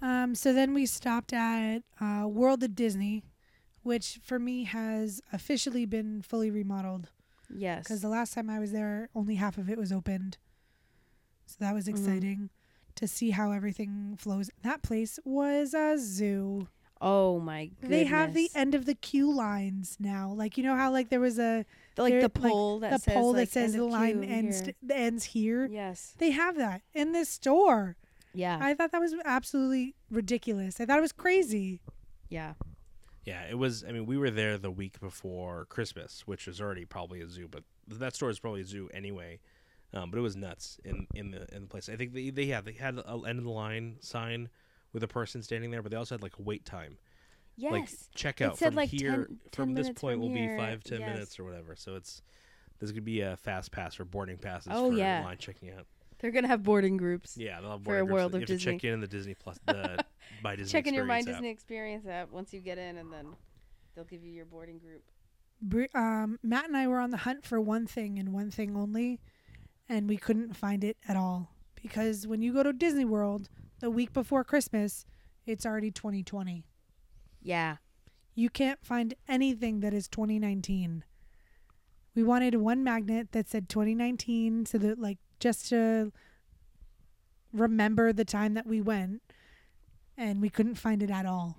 Um, so then we stopped at uh, World of Disney, which for me has officially been fully remodeled
Yes.
because the last time I was there, only half of it was opened. So that
Mm-hmm.
was exciting to see how everything flows. That place was a zoo.
oh my goodness.
They have the end of the queue lines now. Like you know how like there was a
The- e like
there-
the pole that
the
says
pole
like,
that says
end
the
of
line
queue
ends
here.
ends here.
Yes.
They have that in this store.
Yeah.
I thought that was absolutely ridiculous. I thought it was crazy.
yeah.
Yeah, it was. I mean, we were there the week before Christmas, which was already probably a zoo, but that store is probably a zoo anyway. Um, but it was nuts in in the in the place. I think they they yeah they had a end of the line sign with a person standing there, but they also had like a wait time,
Yes.
like check out
said,
from
like,
here
10 10
from this
minutes
point
from
will be
here.
five ten
Yes.
minutes or whatever. So it's there's gonna be a fast pass or boarding passes
Oh,
for
yeah.
line checking out.
They're gonna have boarding groups.
Yeah, they'll have
For
boarding groups.
World
you
of
have to
Disney.
check in in the Disney Plus the by Disney
Check in your My
Experience app.
Disney Experience app once you get in, and then they'll give you your boarding group.
Br- um, Matt and I were on the hunt for one thing and one thing only, and we couldn't find it at all. Because when you go to Disney World the week before Christmas, it's already 2020.
Yeah.
You can't find anything that is 2019. We wanted one magnet that said 2019 so that, like, just to remember the time that we went, and we couldn't find it at all.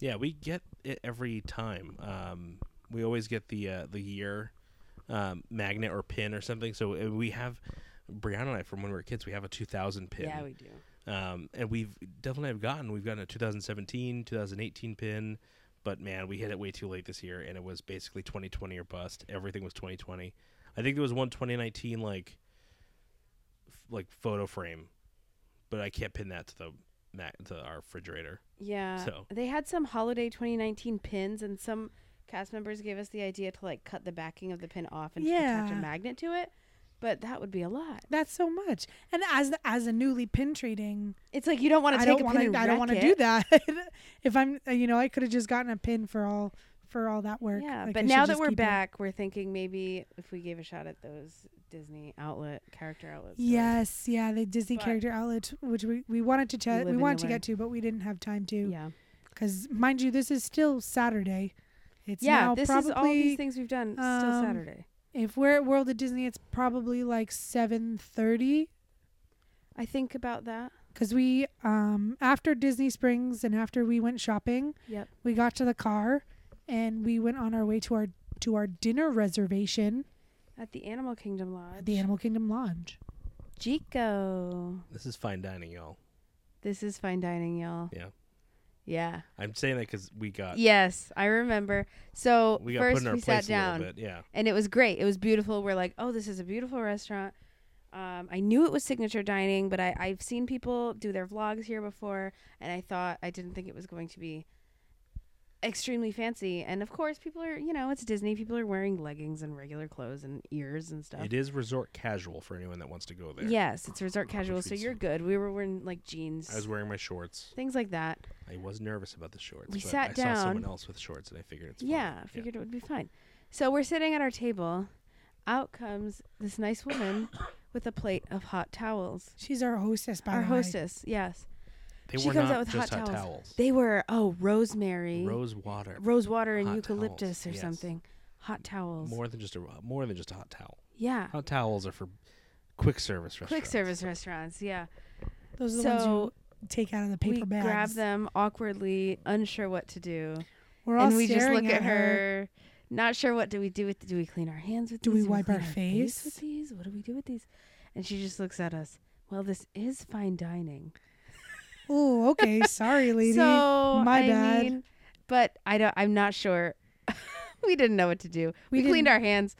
Yeah, we get it every time. Um, we always get the uh, the year um, magnet or pin or something. So uh, we have Brianna and I from when we were kids. We have a 2000 pin,
Yeah, we do.
um, and we've definitely have gotten we've gotten a 2017, 2018 pin. But man, we hit it way too late this year, and it was basically 2020 or bust. Everything was 2020. I think there was one 2019 like f- like photo frame, but I can't pin that to the ma- to our refrigerator.
Yeah.
So.
They had some holiday 2019 pins, and some cast members gave us the idea to like cut the backing of the pin off and attach
Yeah.
a magnet to it, but that would be a lot.
That's so much. And as as a newly pin trading,
It's like you don't want to
I
take
don't
a
want
pin
to.
and
I don't want to
wreck
do
it.
that. if I'm, you know, I could have just gotten a pin for all for all that work.
Yeah,
Like, I
but
should
now that
just
we're
keep it.
back, we're thinking maybe if we gave a shot at those Disney outlet character outlets. stores.
Yes, yeah, the Disney
But-
character outlet, which we, we wanted to
We
chat,
live
we
and
wanted to
learn.
get to, but we didn't have time to.
Yeah.
Because mind you, this is still Saturday. It's
Yeah,
now
this
probably
is all these things we've done still
um,
Saturday.
if we're at World of Disney, it's probably like seven thirty.
I think about that.
Because we um after Disney Springs and after we went shopping,
Yep.
we got to the car and we went on our way to our to our dinner reservation
At the Animal Kingdom Lodge.
at the Animal Kingdom Lodge.
Chico.
This is fine dining, y'all.
This is fine dining, y'all.
Yeah.
Yeah.
I'm saying that because we got
Yes, I remember. So
we got put
first
in our
we
place
sat
a little
down,
bit. Yeah,
and it was great. It was beautiful. We're like, oh, this is a beautiful restaurant. Um, I knew it was signature dining, but I, I've seen people do their vlogs here before, and I thought I didn't think it was going to be extremely fancy. And of course, people are, you know, it's Disney. People are wearing leggings and regular clothes and ears and stuff.
It is resort casual for anyone that wants to go there.
Yes, it's resort casual,
Which
so
we-
you're good. We were wearing like jeans,
I was wearing my shorts.
things like that.
I was nervous about the shorts.
We
but
sat
I saw someone
down.
else with shorts, and I figured it's fine.
Yeah, I figured it would be fine. So we're sitting at our table. Out comes this nice woman with a plate of hot towels.
She's our hostess, by
Our
the way.
hostess, yes.
They
She
were
comes
not
out with
just
hot
hot
towels.
towels.
They were oh rosemary,
Rose water.
rose water, and
hot
eucalyptus
towels,
or
yes.
something. Hot towels.
More than just a more than just a hot towel.
yeah.
Hot towels are for quick service restaurants.
Quick service restaurants. Yeah.
Those are the
So
ones you take out of the
We
paper bags.
grab them awkwardly, unsure what to do,
We're all
and we just
staring
look at her. Not sure what do we do with do we clean our hands with
Do
these?
we wipe
clean
our face?
with these? What do we do with these? And she just looks at us. Well, this is fine dining.
Oh, okay. Sorry, lady.
So
My
I
bad.
mean, but I don't. I'm not sure. we didn't know what to do.
We
We, cleaned
didn't-
our hands.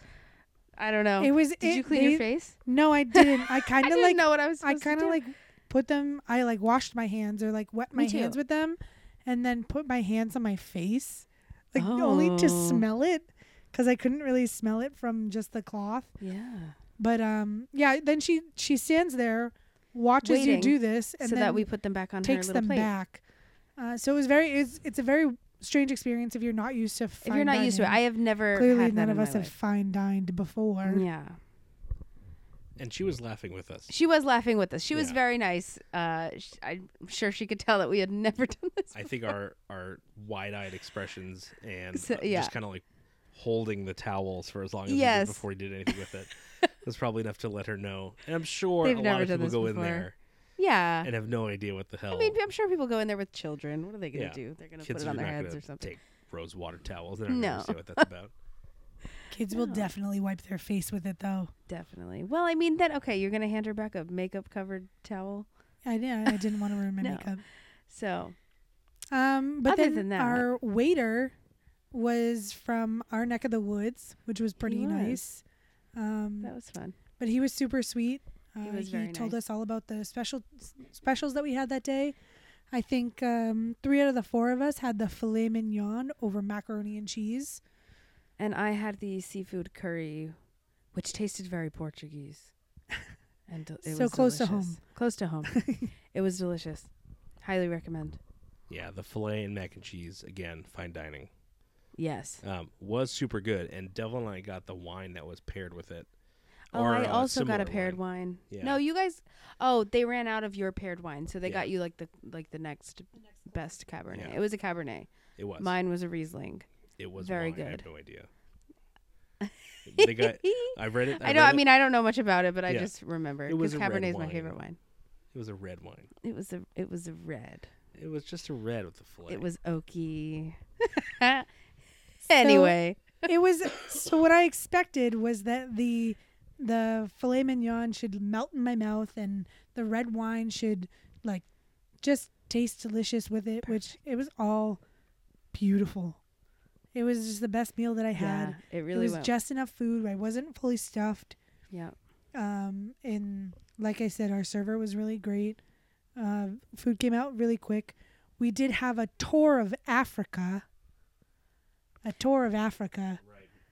I don't know.
it was.
Did
it-
you clean
they-
your face?
No, I didn't. I
I
kind of
didn't
like.
know what I was.
I
supposed to
kind of
do.
like put them. I like washed my hands or like wet
Me
my
too.
hands with them, and then put my hands on my face, like only to
Oh.
smell it, because I couldn't really smell it from just the cloth.
yeah.
But um, yeah. Then she she stands there, watches
Waiting,
you do this, and
so
then
that we put them back on
takes
her little
them
plate.
back. Uh, so it was very. It's it's a very strange experience if you're not used to.
If you're not used to it, I have never
clearly
had that
none
in
of
my
us have
life.
fine dined before.
Yeah.
And she was laughing with us.
She was laughing with us. She was
Yeah.
very nice. Uh, sh- I'm sure she could tell that we had never done this.
I think our our wide-eyed expressions and
So,
uh,
yeah.
just kind of like holding the towels for as long as we
Yes.
did before we did anything with it was probably enough to let her know. And I'm sure
They've
a lot
never
of
done
people
this
go in
before.
there
Yeah.
and have no idea what the hell.
I mean, I'm sure people go in there with children. What are they going to
Yeah.
do? They're going to put
kids
it
are
on their
not
heads
gonna
or something.
Take rose water towels. They don't
No.
understand what that's about.
Kids will
No.
definitely wipe their face with it though.
Definitely. Well, I mean, then okay, you're going to hand her back a makeup covered towel.
I didn't. I didn't want to ruin my
No.
makeup.
So
Um, but
Other
then
than that-
our waiter was from our neck of the woods, which was pretty
was.
nice. Um,
that was fun.
but he was super sweet. Uh,
was very
told
nice.
us all about the special s- specials that we had that day. I think um, three out of the four of us had the filet mignon over macaroni and cheese.
And I had the seafood curry, which tasted very Portuguese. And del- it
So
was
close to
delicious.
home.
Close to home. it was delicious. Highly recommend.
Yeah, the filet and mac and cheese again, fine dining.
Yes.
Um, was super good, and Devil and I got the wine that was paired with it.
Oh,
Or,
I
uh,
also got a
similar
paired wine.
Yeah.
No, you guys. Oh, they ran out of your paired wine, so they
Yeah.
got you like the like the next best cabernet.
Yeah.
It was a cabernet.
It was
Mine was a riesling.
It was
very
wine, I have
good.
no idea. they got. I read it.
I, know.
read
I
it-
mean, I don't know much about it, but I
Yeah.
just remember
It was
because
a red
cabernet is my
wine.
favorite wine.
it was a red wine.
It was a it was a red.
It was just a red with the filet.
It was oaky. anyway,
it was so what I expected was that the the filet mignon should melt in my mouth and the red wine should like just taste delicious with it, which it was all beautiful. It was just the best meal that I had.
yeah, it
it
really
was
went.
just enough food. I wasn't fully stuffed.
yeah,
Um, and like I said, our server was really great. Uh, food came out really quick. We did have a tour of Africa. A tour of Africa.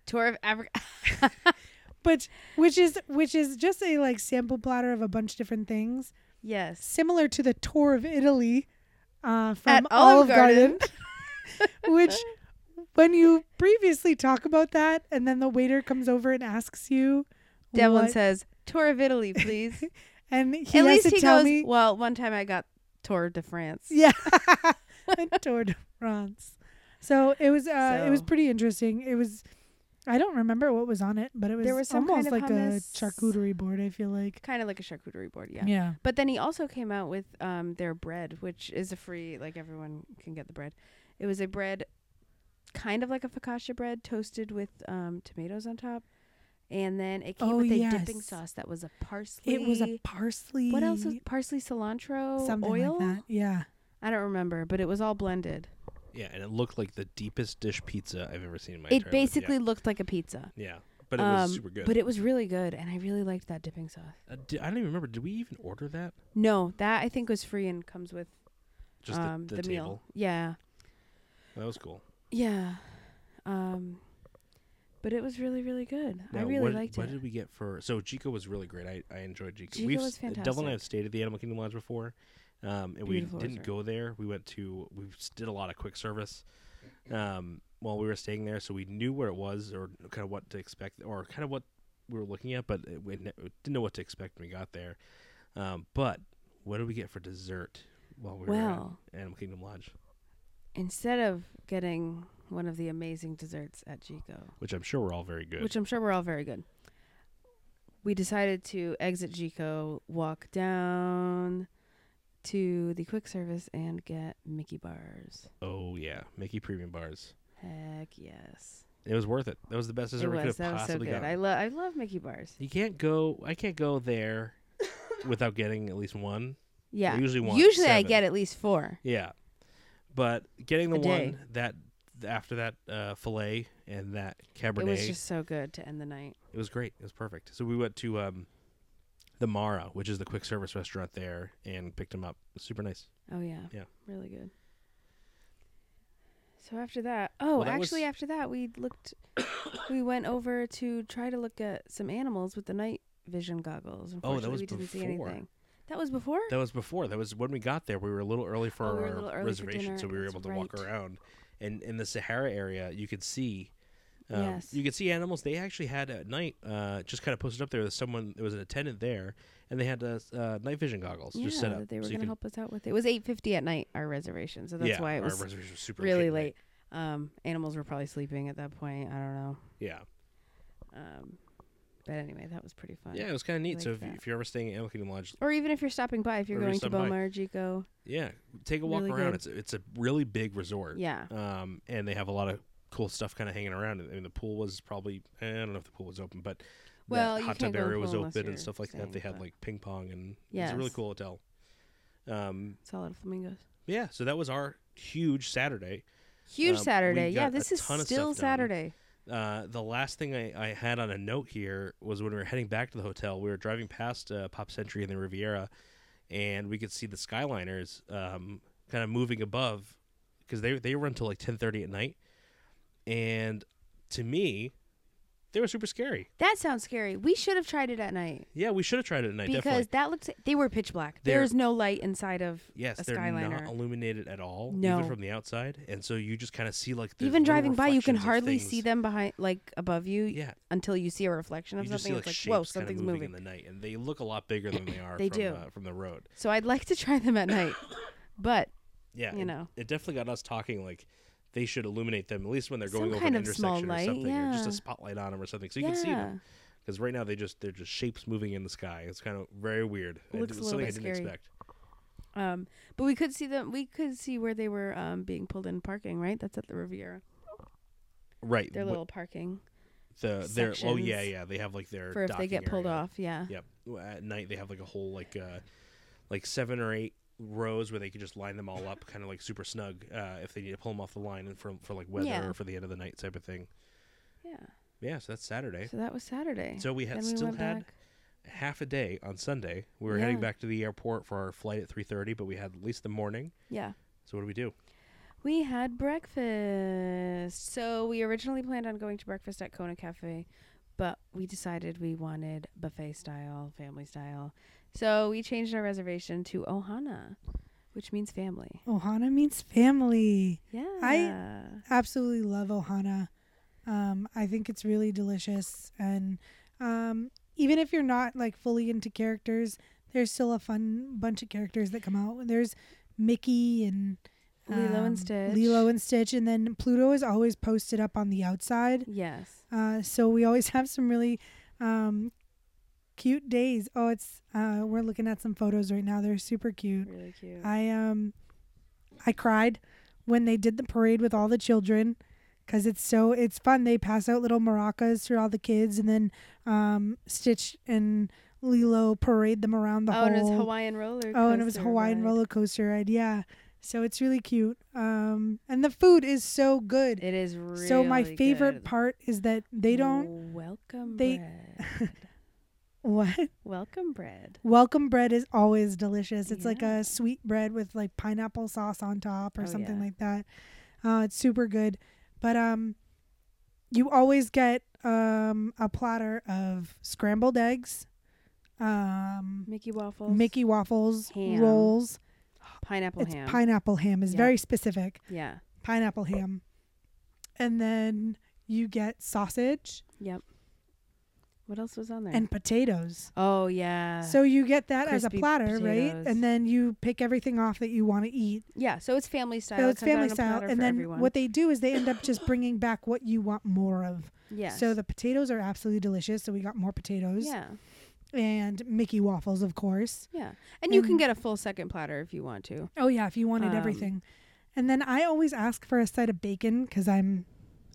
tour of Africa.
which which is which is just a like sample platter of a bunch of different things
yes,
similar to the tour of italy uh, from
At
olive
Olive
garden, which when you previously talk about that and then the waiter comes over and asks you
Devlin
what-
says tour of Italy, please.
and he
At
has
least
to
he
tell
goes.
me
Well, one time I got tour de France.
yeah a tour de france so it was uh it was
So-
pretty interesting it was i don't remember what was on it but it was,
There was some kind
almost
of
like
hummus.
a charcuterie board i feel like
Kind of like a charcuterie board, yeah.
yeah.
But then he also came out with um, their bread, which is a free, like everyone can get the bread. It was a bread, kind of like a focaccia bread, toasted with um, tomatoes on top, and then it came
Oh,
with a dipping
yes.
sauce that was a parsley.
It was a parsley.
what else? Was parsley, cilantro,
Something
oil.
like that. Yeah.
I don't remember, but it was all blended.
Yeah, and it looked like the deepest dish pizza I've ever seen in my
it
entire life. Yeah.
basically looked like a pizza.
Yeah, but it was
Um,
super good.
But it was really good, and I really liked that dipping sauce.
uh, di- I don't even remember. Did we even order that?
No, that I think was free and comes with
Just
um,
the, the, table.
meal. Yeah.
That was cool.
Yeah. Um, but it was really, really good. I
Now,
really
what,
liked
what
it.
did we get for? So Chico was really great. I, I enjoyed Chico.
Chico
We've
was
s- uh, Devil and I
fantastic.
have stayed at the Animal Kingdom Lodge before, um, and
Beautiful
we didn't
resort.
go there. We went to we s- did a lot of quick service um, while we were staying there, so we knew where it was or kind of what to expect or kind of what we were looking at, but it, we ne- didn't know what to expect when we got there. Um, but what did we get for dessert while we
Well,
were at Animal Kingdom Lodge?
instead of getting one of the amazing desserts at Chico,
Which I'm sure were all very good.
which I'm sure we're all very good, we decided to exit Chico, walk down to the quick service, and get Mickey bars.
oh yeah, Mickey Premium Bars.
Heck yes,
It was worth it. That was the best dessert
it
we could
was.
have
That was so
possibly
good.
gotten.
I love. I love Mickey bars.
You can't go. I can't go there without getting at least one.
Yeah.
I usually want
Usually, I
seven.
get at least four.
Yeah, but getting the
A day.
one that after that uh, fillet and that cabernet,
It was just so good to end the night.
great. It was perfect. So we went to um, the Mara, which is the quick service restaurant there, and picked him up. It was super nice.
Oh yeah.
Yeah.
Really good. So after that, oh,
Well, that
actually
was-
after that we looked we went over to try to look at some animals with the night vision goggles. Unfortunately,
Oh, was
we didn't see
before.
anything. That was before?
That was before. That was when we got there. We were a little early for
Oh, we were a
our
little early for
reservation,
dinner.
so we were
That's
able to walk
right.
around. And in the Sahara area, you could see. Um,
Yes.
You could see animals. They actually had at night, uh, just kind of posted up there. There's someone. There was an attendant there, and they had uh, s- uh, night vision goggles
yeah,
just set up.
that they were
so you
going to
could-
help us out with. It was 8:50 at night our reservation, so that's
yeah,
why it
our
was
reservation was super
really
at night.
late. Um animals were probably sleeping at that point, I don't know.
Yeah,
Um but anyway, that was pretty fun.
yeah, it was kind of neat.
like
so if,
that.
if you're ever staying at Animal Kingdom Lodge,
Or even if you're stopping by, if
Or
you're
if you're
going to
stopping by.
Boma or Jico.
yeah, take a walk
Really
around.
good.
It's it's a really big resort.
Yeah.
um, and they have a lot of cool stuff kind of hanging around. I mean, the pool was probably eh, I don't know if the pool was open, but the
Well, you
hot tub
can't go to the
area was
pool unless
open and
you're
stuff like that. They had
staying, but-
like ping pong and it was a really
Yes.
cool hotel. Um,
Solid flamingos.
yeah, so that was our huge Saturday.
Huge
Um, we
Saturday. Yeah,
got a
this is
ton of
still
stuff done.
Saturday.
Uh, the last thing I, I had on a note here was when we were heading back to the hotel, we were driving past uh, Pop Century in the Riviera, and we could see the Skyliners um, kind of moving above because they they run till like ten thirty at night, and to me, they were super scary.
That sounds scary. We should have tried it at night
Yeah, we should have tried it at night.
because
definitely.
that looked they were pitch black.
They're-
There's no light inside of
Yes,
a
they're
Skyliner.
not illuminated at all,
No.
even from the outside, and so you just kind of see like the
even
little
driving by you
reflections
can
of
hardly see
things.
them behind like above you
Yeah,
until you see a reflection of
you just
something.
see
it's
like,
like,
shapes
whoa,
kinda
something's
moving,
moving.
in the night, and they look a lot bigger than they are.
They
from,
do.
uh, from the road.
So I'd like to try them at night. but
Yeah,
you
it-
know.
it definitely got us talking. Like they should illuminate them at least when they're going
Some
over
kind
an
of small
intersection or
light,
something, or just
yeah.
a spotlight on them or something, so you
yeah.
can see them. Because right now they just they're just shapes moving in the sky. It's kind of very weird. I- it
Looks a
was something
little
I
bit
didn't
scary.
expect.
Um but we could see them we could see where they were um being pulled in parking, right? That's at the Riviera.
Right.
Their
wh-
little parking
the their oh yeah
sections
yeah they have like their
for if they
docking
get pulled
area.
off, yeah.
Yep. Well, At night they have like a whole like uh like seven or eight rows where they could just line them all up, kind of like super snug. Uh, if they need to pull them off the line and for for like weather
Yeah.
or for the end of the night type of thing.
Yeah.
Yeah. So that's Saturday.
So that was Saturday.
So we had
Then we
still
went
had
back.
half a day on Sunday. We were heading
Yeah.
back to the airport for our flight at 3:30, but we had at least the morning.
Yeah.
So what do we do?
We had breakfast. So we originally planned on going to breakfast at Kona Cafe, but we decided we wanted buffet style, family style. So we changed our reservation to Ohana, which means family.
Ohana means family.
Yeah.
Absolutely love Ohana. Um, I think it's really delicious, and um, even if you're not like fully into characters, there's still a fun bunch of characters that come out. There's Mickey and
Lilo and
um,
Stitch.
Lilo and Stitch, and then Pluto is always posted up on the outside.
Yes.
Uh, so we always have some really um, cute days. Oh, it's uh, we're looking at some photos right now. They're super cute.
Really cute.
I um, I cried when they did the parade with all the children because it's so it's fun. They pass out little maracas to all the kids, and then um, Stitch and Lilo parade them around the
oh,
whole.
and it was Hawaiian roller coaster.
Oh, and it was Hawaiian
ride.
roller coaster ride. Yeah, so it's really cute. Um, and the food is so good.
It is really
so my favorite
good.
part is that they don't
welcome
they-
bread.
what
welcome bread.
welcome bread is always delicious. It's like
Yeah.
a sweet bread with like pineapple sauce on top or
Oh,
something
yeah.
like that. Uh, it's super good. But um, you always get um a platter of scrambled eggs, um,
Mickey waffles.
Mickey waffles,
Ham.
rolls.
pineapple
It's
ham.
pineapple ham is
Yeah.
very specific.
yeah.
Pineapple ham, and then you get sausage
What else was on there?
and potatoes.
oh yeah.
So you get that as a
crispy
platter, right?
potatoes.
And then you pick everything off that you want to eat.
yeah, so it's family style.
So
It
it's
comes out
family
on a
style,
platter
and
for
then
everyone.
what they do is they end up just bringing back what you want more of.
Yeah.
So the potatoes are absolutely delicious. So we got more potatoes
yeah,
and Mickey waffles, of course.
yeah, and you can
And-
get a full second platter if you want to.
Oh yeah, if you wanted
Um,
everything. And then I always ask for a side of bacon because I'm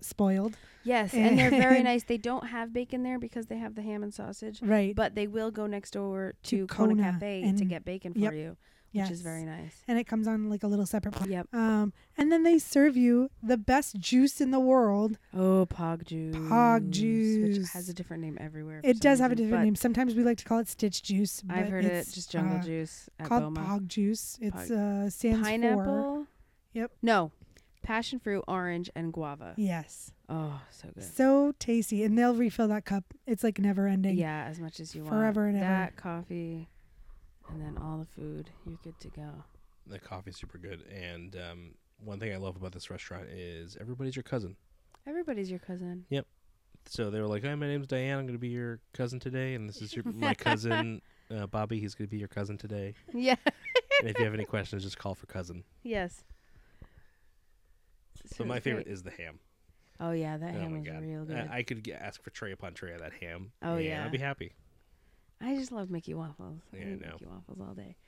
spoiled,
Yes, and they're very
And-
nice. They don't have bacon there because they have the ham and sausage,
right?
but they will go next door
To
to, Kona,
Kona
Cafe to
and-
get bacon for
yep,
you,
yes.
which is very nice.
And it comes on like a little separate. pla-
Yep.
Um, and then they serve you the best juice in the world.
Oh, pog juice. which
juice.
has a different name everywhere. for
It
some
does have a
reason,
different
but
name. Sometimes we like to call it stitch juice.
I've
but
heard it
it's,
just jungle
uh,
juice at
Called
Boma.
pog juice. It's uh, stands
Pineapple.
for Yep.
No, passion fruit, orange, and guava.
yes.
Oh, so good.
So tasty, and they'll refill that cup. It's like never ending.
Yeah, as much as you want.
Forever and ever.
That coffee, and then all the food. You're good to go.
The coffee's super good, and um, one thing I love about this restaurant is everybody's your cousin.
Everybody's your cousin.
So they were like, "Hi, my name's Diane. I'm going to be your cousin today, and this is your my cousin uh, Bobby. He's going to be your cousin today.
Yeah.
And if you have any questions, just call for cousin."
Yes.
So my favorite is the ham.
Oh yeah, that
oh
ham
my
was
god,
real good.
I, I could g ask for tray upon tray of that ham.
Oh,
and
yeah.
I'd be happy.
I just love Mickey waffles.
Yeah, I
I eat
know.
Mickey waffles all day.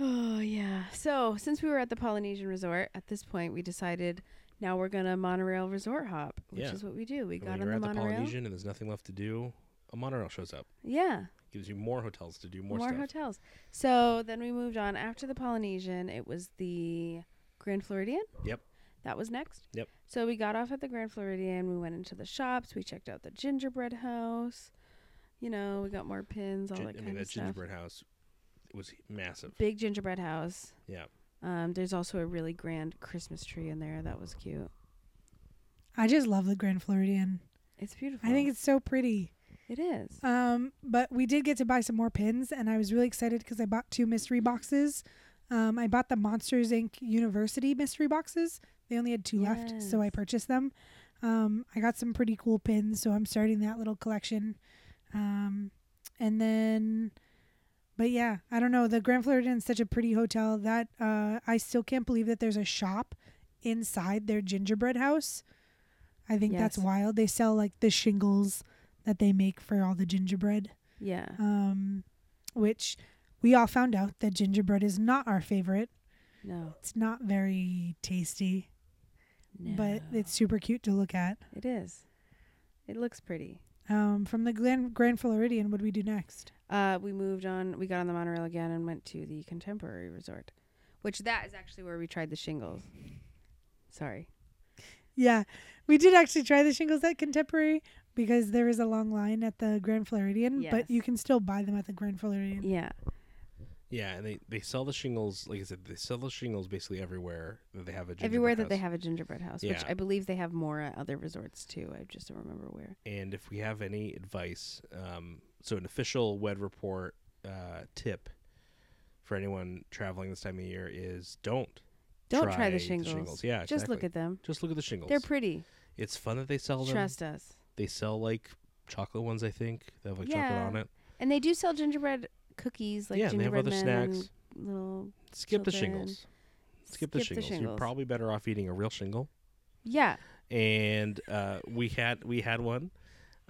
Oh yeah. So since we were at the Polynesian Resort, at this point we decided now we're gonna monorail resort hop, which
Yeah.
is what we do. We
And
got
when you're
on the
at the
monorail.
Polynesian and there's nothing left to do, a monorail shows up,
yeah.
gives you more hotels to do more,
More,
stuff.
hotels. So then we moved on after the Polynesian. It was the Grand Floridian.
Yep.
That was next.
Yep.
So we got off at the Grand Floridian. We went into the shops. We checked out the gingerbread house. You know, we got more pins, all
Gin- I
that kind
mean,
of
that
stuff.
gingerbread house was massive.
Big gingerbread house.
Yeah.
Um, there's also a really grand Christmas tree in there. That was cute.
I just love the Grand Floridian.
It's beautiful.
I think it's so pretty.
it is.
Um, but we did get to buy some more pins, and I was really excited because I bought two mystery boxes. Um, I bought the Monsters Inc. University mystery boxes. They only had two left, so I
Yes.
purchased them. Um, I got some pretty cool pins, so I'm starting that little collection. Um, and then, but yeah, I don't know. The Grand Floridian is such a pretty hotel that uh, I still can't believe that there's a shop inside their gingerbread house. I think that's
Yes.
wild. They sell like the shingles that they make for all the gingerbread,
yeah.
um, which we all found out that gingerbread is not our favorite.
No.
It's not very tasty,
No.
but it's super cute to look at.
it is. It looks pretty.
Um, from the Grand, Grand Floridian, what do we do next?
Uh, we moved on. We got on the monorail again and went to the Contemporary Resort, which that is actually where we tried the shingles. Sorry.
Yeah, we did actually try the shingles at Contemporary because there is a long line at the Grand Floridian,
Yes.
but you can still buy them at the Grand Floridian.
Yeah.
Yeah, and they, they sell the shingles. Like I said, they sell the shingles basically everywhere that they have a gingerbread
Everywhere that they
house.
have a gingerbread house, which
Yeah.
I believe they have more at other resorts too. I just don't remember where.
And if we have any advice, um, so an official WED report uh, tip for anyone traveling this time of year is don't
Don't try, the, shingles.
Yeah,
Just look
exactly.
at them.
just look at the shingles.
They're pretty.
it's fun that they sell them.
Trust us.
They sell like chocolate ones, I think. They have like chocolate
Yeah.
on it.
And they do sell gingerbread cookies, like
yeah, and they have
gingerbread
other
men
snacks.
and little.
Skip the
children.
shingles. Skip, the, shingles. You're probably better off eating a real shingle.
yeah.
And uh, we had we had one.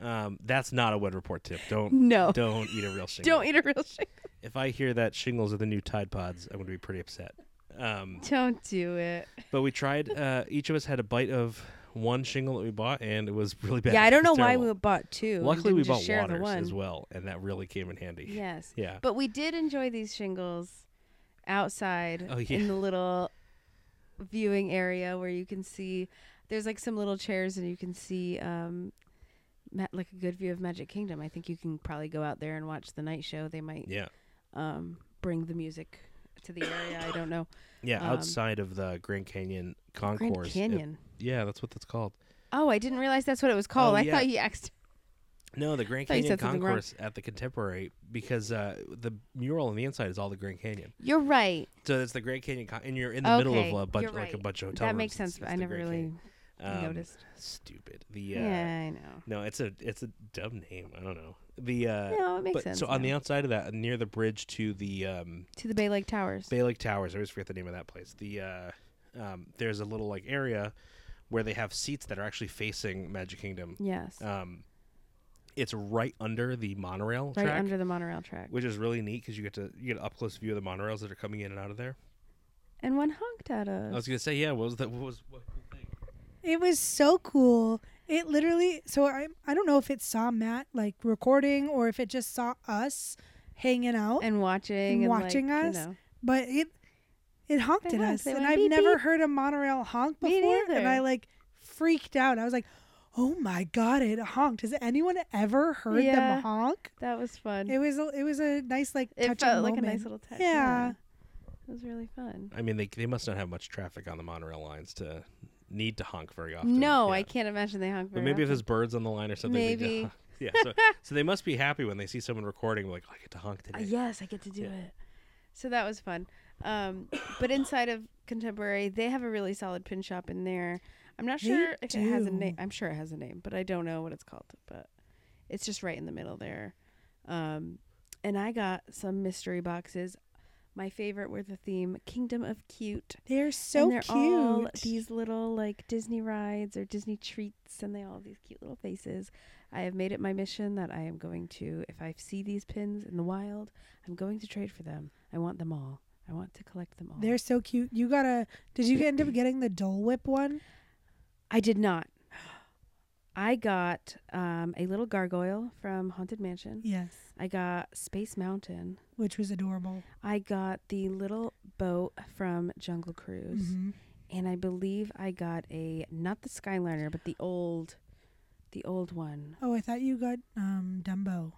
Um, that's not a WED report tip. Don't
No. Don't,
Oh, don't eat a real shingle.
eat a real shingle.
If I hear that shingles are the new Tide Pods, I'm going to be pretty upset. Um,
Don't do it.
but we tried. Uh, each of us had a bite of one shingle that we bought, and it was really bad.
Yeah, I don't
It
know
was
why we
terrible.
bought two. and
Luckily, we
didn't
bought
just share the
waters
one.
as well, and that really came in handy.
Yes.
Yeah.
But we did enjoy these shingles outside
Oh, yeah.
in the little viewing area where you can see there's like some little chairs and you can see um ma- like a good view of Magic Kingdom. I think you can probably go out there and watch the night show. They might
Yeah.
um bring the music to the area. I don't know.
Yeah,
Um,
outside of the Grand Canyon concourse.
Grand
It-
Canyon.
yeah, that's what that's called.
Oh, I didn't realize that's what it was called.
Oh,
I
yeah.
thought you asked.
No, the Grand
Thought you
Canyon
said something wrong.
concourse at the Contemporary because uh, the mural on the inside is all the Grand Canyon.
You're right.
So it's the Grand Canyon, con- and you're in the middle
Okay,
of a bunch,
you're
like a
right.
bunch of hotel
That
rooms.
makes sense.
It's-
But I
it's the
never
Grand
really
Canyon. Um,
noticed.
Stupid. The uh,
Yeah. I know.
no, it's a it's a dumb name. I don't know. The uh,
no, it makes
but
sense.
so on
now.
the outside of that, near the bridge to the um,
to the Bay Lake Towers.
Bay Lake Towers. I always forget the name of that place. The uh, um, there's a little like area where they have seats that are actually facing Magic Kingdom.
yes,
Um, it's right under the monorail
right
track,
under the monorail track.
which is really neat because you get to you get an up close view of the monorails that are coming in and out of there.
and one honked at
I
us.
was gonna say, yeah, what was that? What was what cool thing?
It was so cool. It literally so I I don't know if it saw Matt like recording or if it just saw us hanging out,
and watching and
watching
like,
us
You know.
but it it honked
They
at
honk,
us
they
and
went
I've
beep,
never
beep.
heard a monorail honk
Me
before and
neither.
I like freaked out. I was like, "Oh my god, it honked. Has anyone ever heard
Yeah.
them honk?"
That was fun.
It was a, it was a nice like
It
touching
felt like a
moment.
nice little touch.
Yeah.
It was really fun.
I mean, they they must not have much traffic on the monorail lines to need to honk very often.
No, I
Yeah.
can't imagine they honk.
But
very
maybe if
often.
there's birds on the line or something. they do-
Maybe.
yeah. So, so they must be happy when they see someone recording, like, I get to honk
Uh,
today.
yes, I get to do
Yeah.
it. So that was fun. Um, but inside of Contemporary, they have a really solid pin shop in there. I'm not
They
sure if it has a
do.
name. I'm sure it has a name, but I don't know what it's called. But it's just right in the middle there. Um, and I got some mystery boxes. My favorite were the theme Kingdom of Cute.
They're so
and they're
cute.
all these little like Disney rides or Disney treats, and they all have these cute little faces. I have made it my mission that I am going to, if I see these pins in the wild, I'm going to trade for them. I want them all. I want to collect them all.
They're so cute. You got to Did you get end up getting the Dole Whip one?
I did not. I got um, a little gargoyle from Haunted Mansion.
Yes,
I got Space Mountain.
which was adorable.
I got the little boat from Jungle Cruise.
Mhm.
and I believe I got a not the Skyliner, but the old, the old one.
Oh, I thought you got um Dumbo.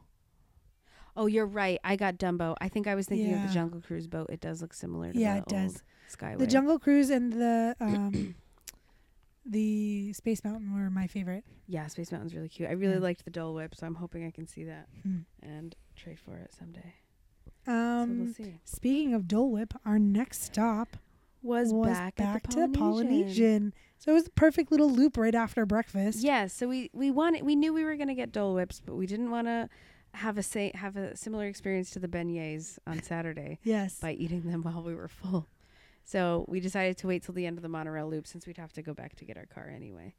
Oh, you're right. I got Dumbo. I think I was thinking of
Yeah.
the Jungle Cruise boat. It does look similar. to
Yeah,
the
it does.
old Skyway.
The Jungle Cruise and the um the Space Mountain were my favorite.
Yeah, Space Mountain's really cute. I really
Yeah.
liked the Dole Whip, so I'm hoping I can see that
Hmm.
and trade for it someday. so we'll
Um
see.
speaking of Dole Whip, our next stop
Was,
was
back, at the
to the
Polynesian.
Polynesian. So it was the perfect little loop right after breakfast.
Yeah, so we we wanted we knew we were gonna get Dole Whips, but we didn't want to have a say have a similar experience to the beignets on Saturday.
Yes.
by eating them while we were full. So we decided to wait till the end of the monorail loop since we'd have to go back to get our car anyway.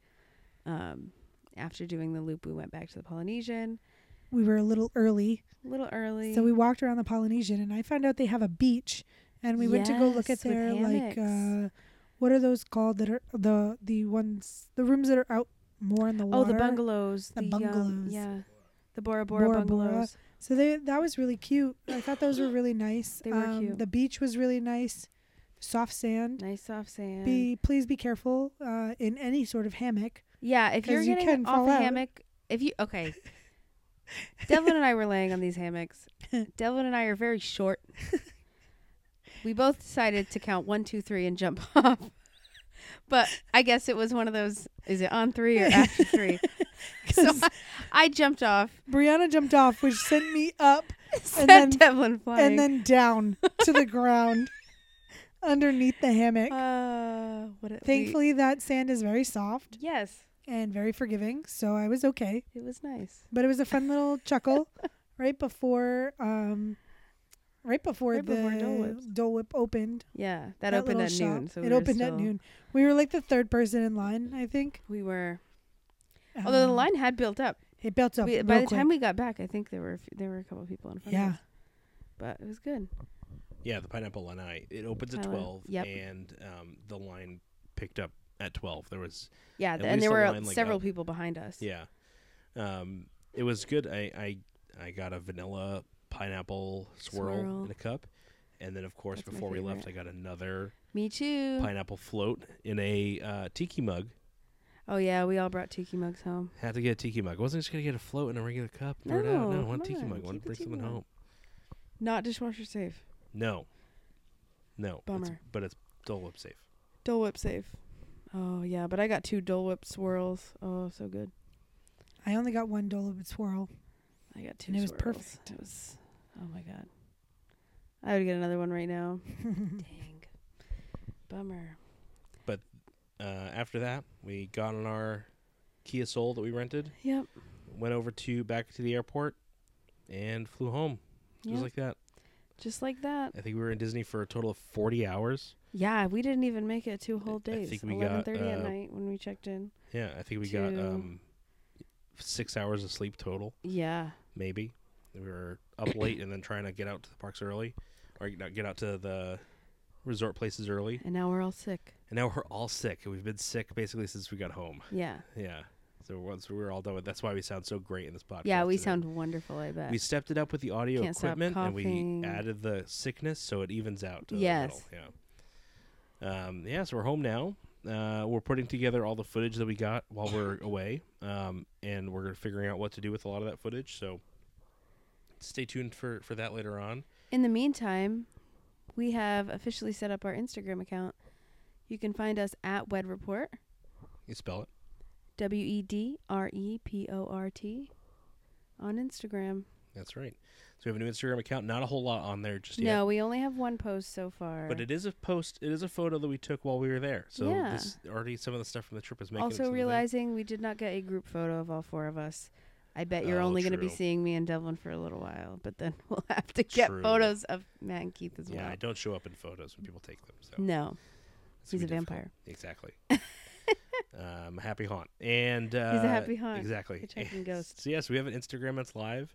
Um, after doing the loop, we went back to the Polynesian
We were a little early.
a little early.
So we walked around the Polynesian and I found out they have a beach and we went to go look at
Yes, with
their like uh
hammocks.
what are those called that are the the ones the rooms that are out more in the
oh
water.
the bungalows,
The
the, um,
bungalows.
yeah, the Bora Bora,
Bora Bora.
bungalows.
So they that was really cute. I thought those were really nice. Um,
They were cute.
The beach was really nice, soft sand.
Nice soft sand.
Be please be careful uh, in any sort of hammock.
yeah, if you're
'cause you
getting
can
off
fall
a
out.
hammock, if you okay. Devlin and I were laying on these hammocks. Devlin and I are very short. We both decided to count one, two, three, and jump off. But I guess it was one of those. Is it on three or after three? So
'Cause
I, I jumped off,
Brianna jumped off, which sent me up
sent
then-
Devlin flying.
and then down to the ground underneath the hammock.
uh, what? A, we-
Thankfully, that sand is very soft
yes,
and very forgiving, so I was okay.
it was nice.
But it was a fun little chuckle right before, um, right before
Right
the
before Dole Whips.
Dole Whip opened.
Yeah, that, opened
little
at
shop.
noon. So we
it
were
opened at
still-
noon. We were like the third person in line, I think.
We were, although the
Um,
line had built up.
it built up.
We- by the time we got back, I think there were a few, there were a couple people in front.
yeah,
Of us, but it was good.
Yeah, the Pineapple Lanai. It opens at
Pineapple-
12,
yep.
and um, the line picked up at 12. There was,
Yeah,
At
th- and
least
there
the
were
line, like,
several
up-
people behind us.
yeah. Um, it was good. I, I, I got a vanilla pineapple swirl,
Swirl.
in a cup. And then, of course,
That's my
before we left, I got another
Me too.
pineapple float in a uh, tiki mug.
Oh yeah, we all brought tiki mugs home.
Had to get a tiki mug. I wasn't just going to get a float in a regular cup. Throw it out.
No,
No, I want
Oh, come
tiki
on,
mug. I want to
keep the
bring
tiki
something
mug.
home.
Not dishwasher safe.
No. No, it's,
Bummer.
but it's Dole Whip safe.
Dole Whip safe. Oh yeah, but I got two Dole Whip swirls. Oh, so good.
I only got one Dole Whip swirl.
I got two.
And it was
swirls.
perfect.
It was. Oh my god. I would get another one right now. Dang. Bummer.
Uh, after that, we got on our Kia Soul that we rented,
Yep.
went over to back to the airport, and flew home. It
Yep.
was like that.
Just like that.
I think we were in Disney for a total of forty hours.
Yeah, we didn't even make it two whole
I
days.
think we
Eleven
got,
thirty at
uh,
night when we checked in.
Yeah, I think we got
Two.
um, six hours of sleep total,
Yeah.
maybe. We were up late and then trying to get out to the parks early, or not get out to the resort places early.
And now we're all sick.
And now we're all sick. We've been sick basically since we got home.
Yeah.
Yeah. So once we were all done with, that's why we sound so great in this podcast.
Yeah, we
today.
sound wonderful, I bet.
We stepped it up with the audio
Can't stop
equipment, and we
coughing.
added the sickness so it evens out. To
Yes.
The middle. Yeah. Um, yeah. So we're home now. Uh, we're putting together all the footage that we got while we're away, um, and we're figuring out what to do with a lot of that footage. So stay tuned for for that later on.
In the meantime, we have officially set up our Instagram account. You can find us at Wed Report,
You spell it.
W E D R E P O R T, on Instagram.
That's right. So we have a new Instagram account. Not a whole lot on there just yet.
No, we only have one post so far.
But it is a post. It is a photo that we took while we were there. So
Yeah.
this already some of the stuff from the trip is making.
also
itself in.
realizing we did not get a group photo of all four of us. I bet you're
Oh,
only going to be
true.
seeing me and Devlin for a little while, but then we'll have to get
True.
photos of Matt and Keith as
yeah,
well.
I don't show up in photos when people take them. So
No,
it's
he's a
gonna be difficult.
vampire.
Exactly. um, a happy haunt. And uh,
He's a happy haunt.
Exactly.
Hitchhiking ghost.
So yes, we have an Instagram that's live.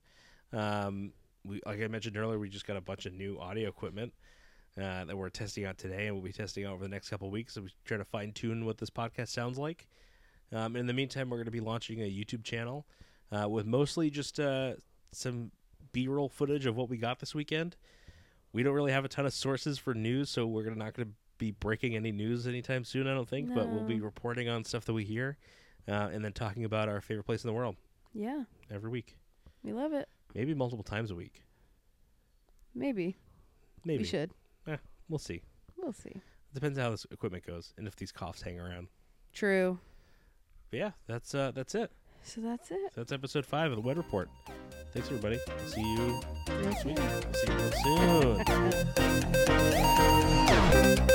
Um, we like I mentioned earlier, we just got a bunch of new audio equipment. Uh, that we're testing out today, and we'll be testing out over the next couple weeks. So we try to fine tune what this podcast sounds like. Um, in the meantime, we're going to be launching a YouTube channel uh, with mostly just uh, some B-roll footage of what we got this weekend. We don't really have a ton of sources for news, so we're gonna, not going to be breaking any news anytime soon, I don't think. But we'll be
No.
reporting on stuff that we hear, uh, and then talking about our favorite place in the world
Yeah,
every week,
we love it.
maybe multiple times a week.
Maybe, we
Maybe
should.
we'll see.
We'll see.
Depends how this equipment goes and if these coughs hang around.
True.
But yeah, that's uh, that's it.
So that's it.
That's episode five of the Wed Report. Thanks everybody. See you next week. See you real soon.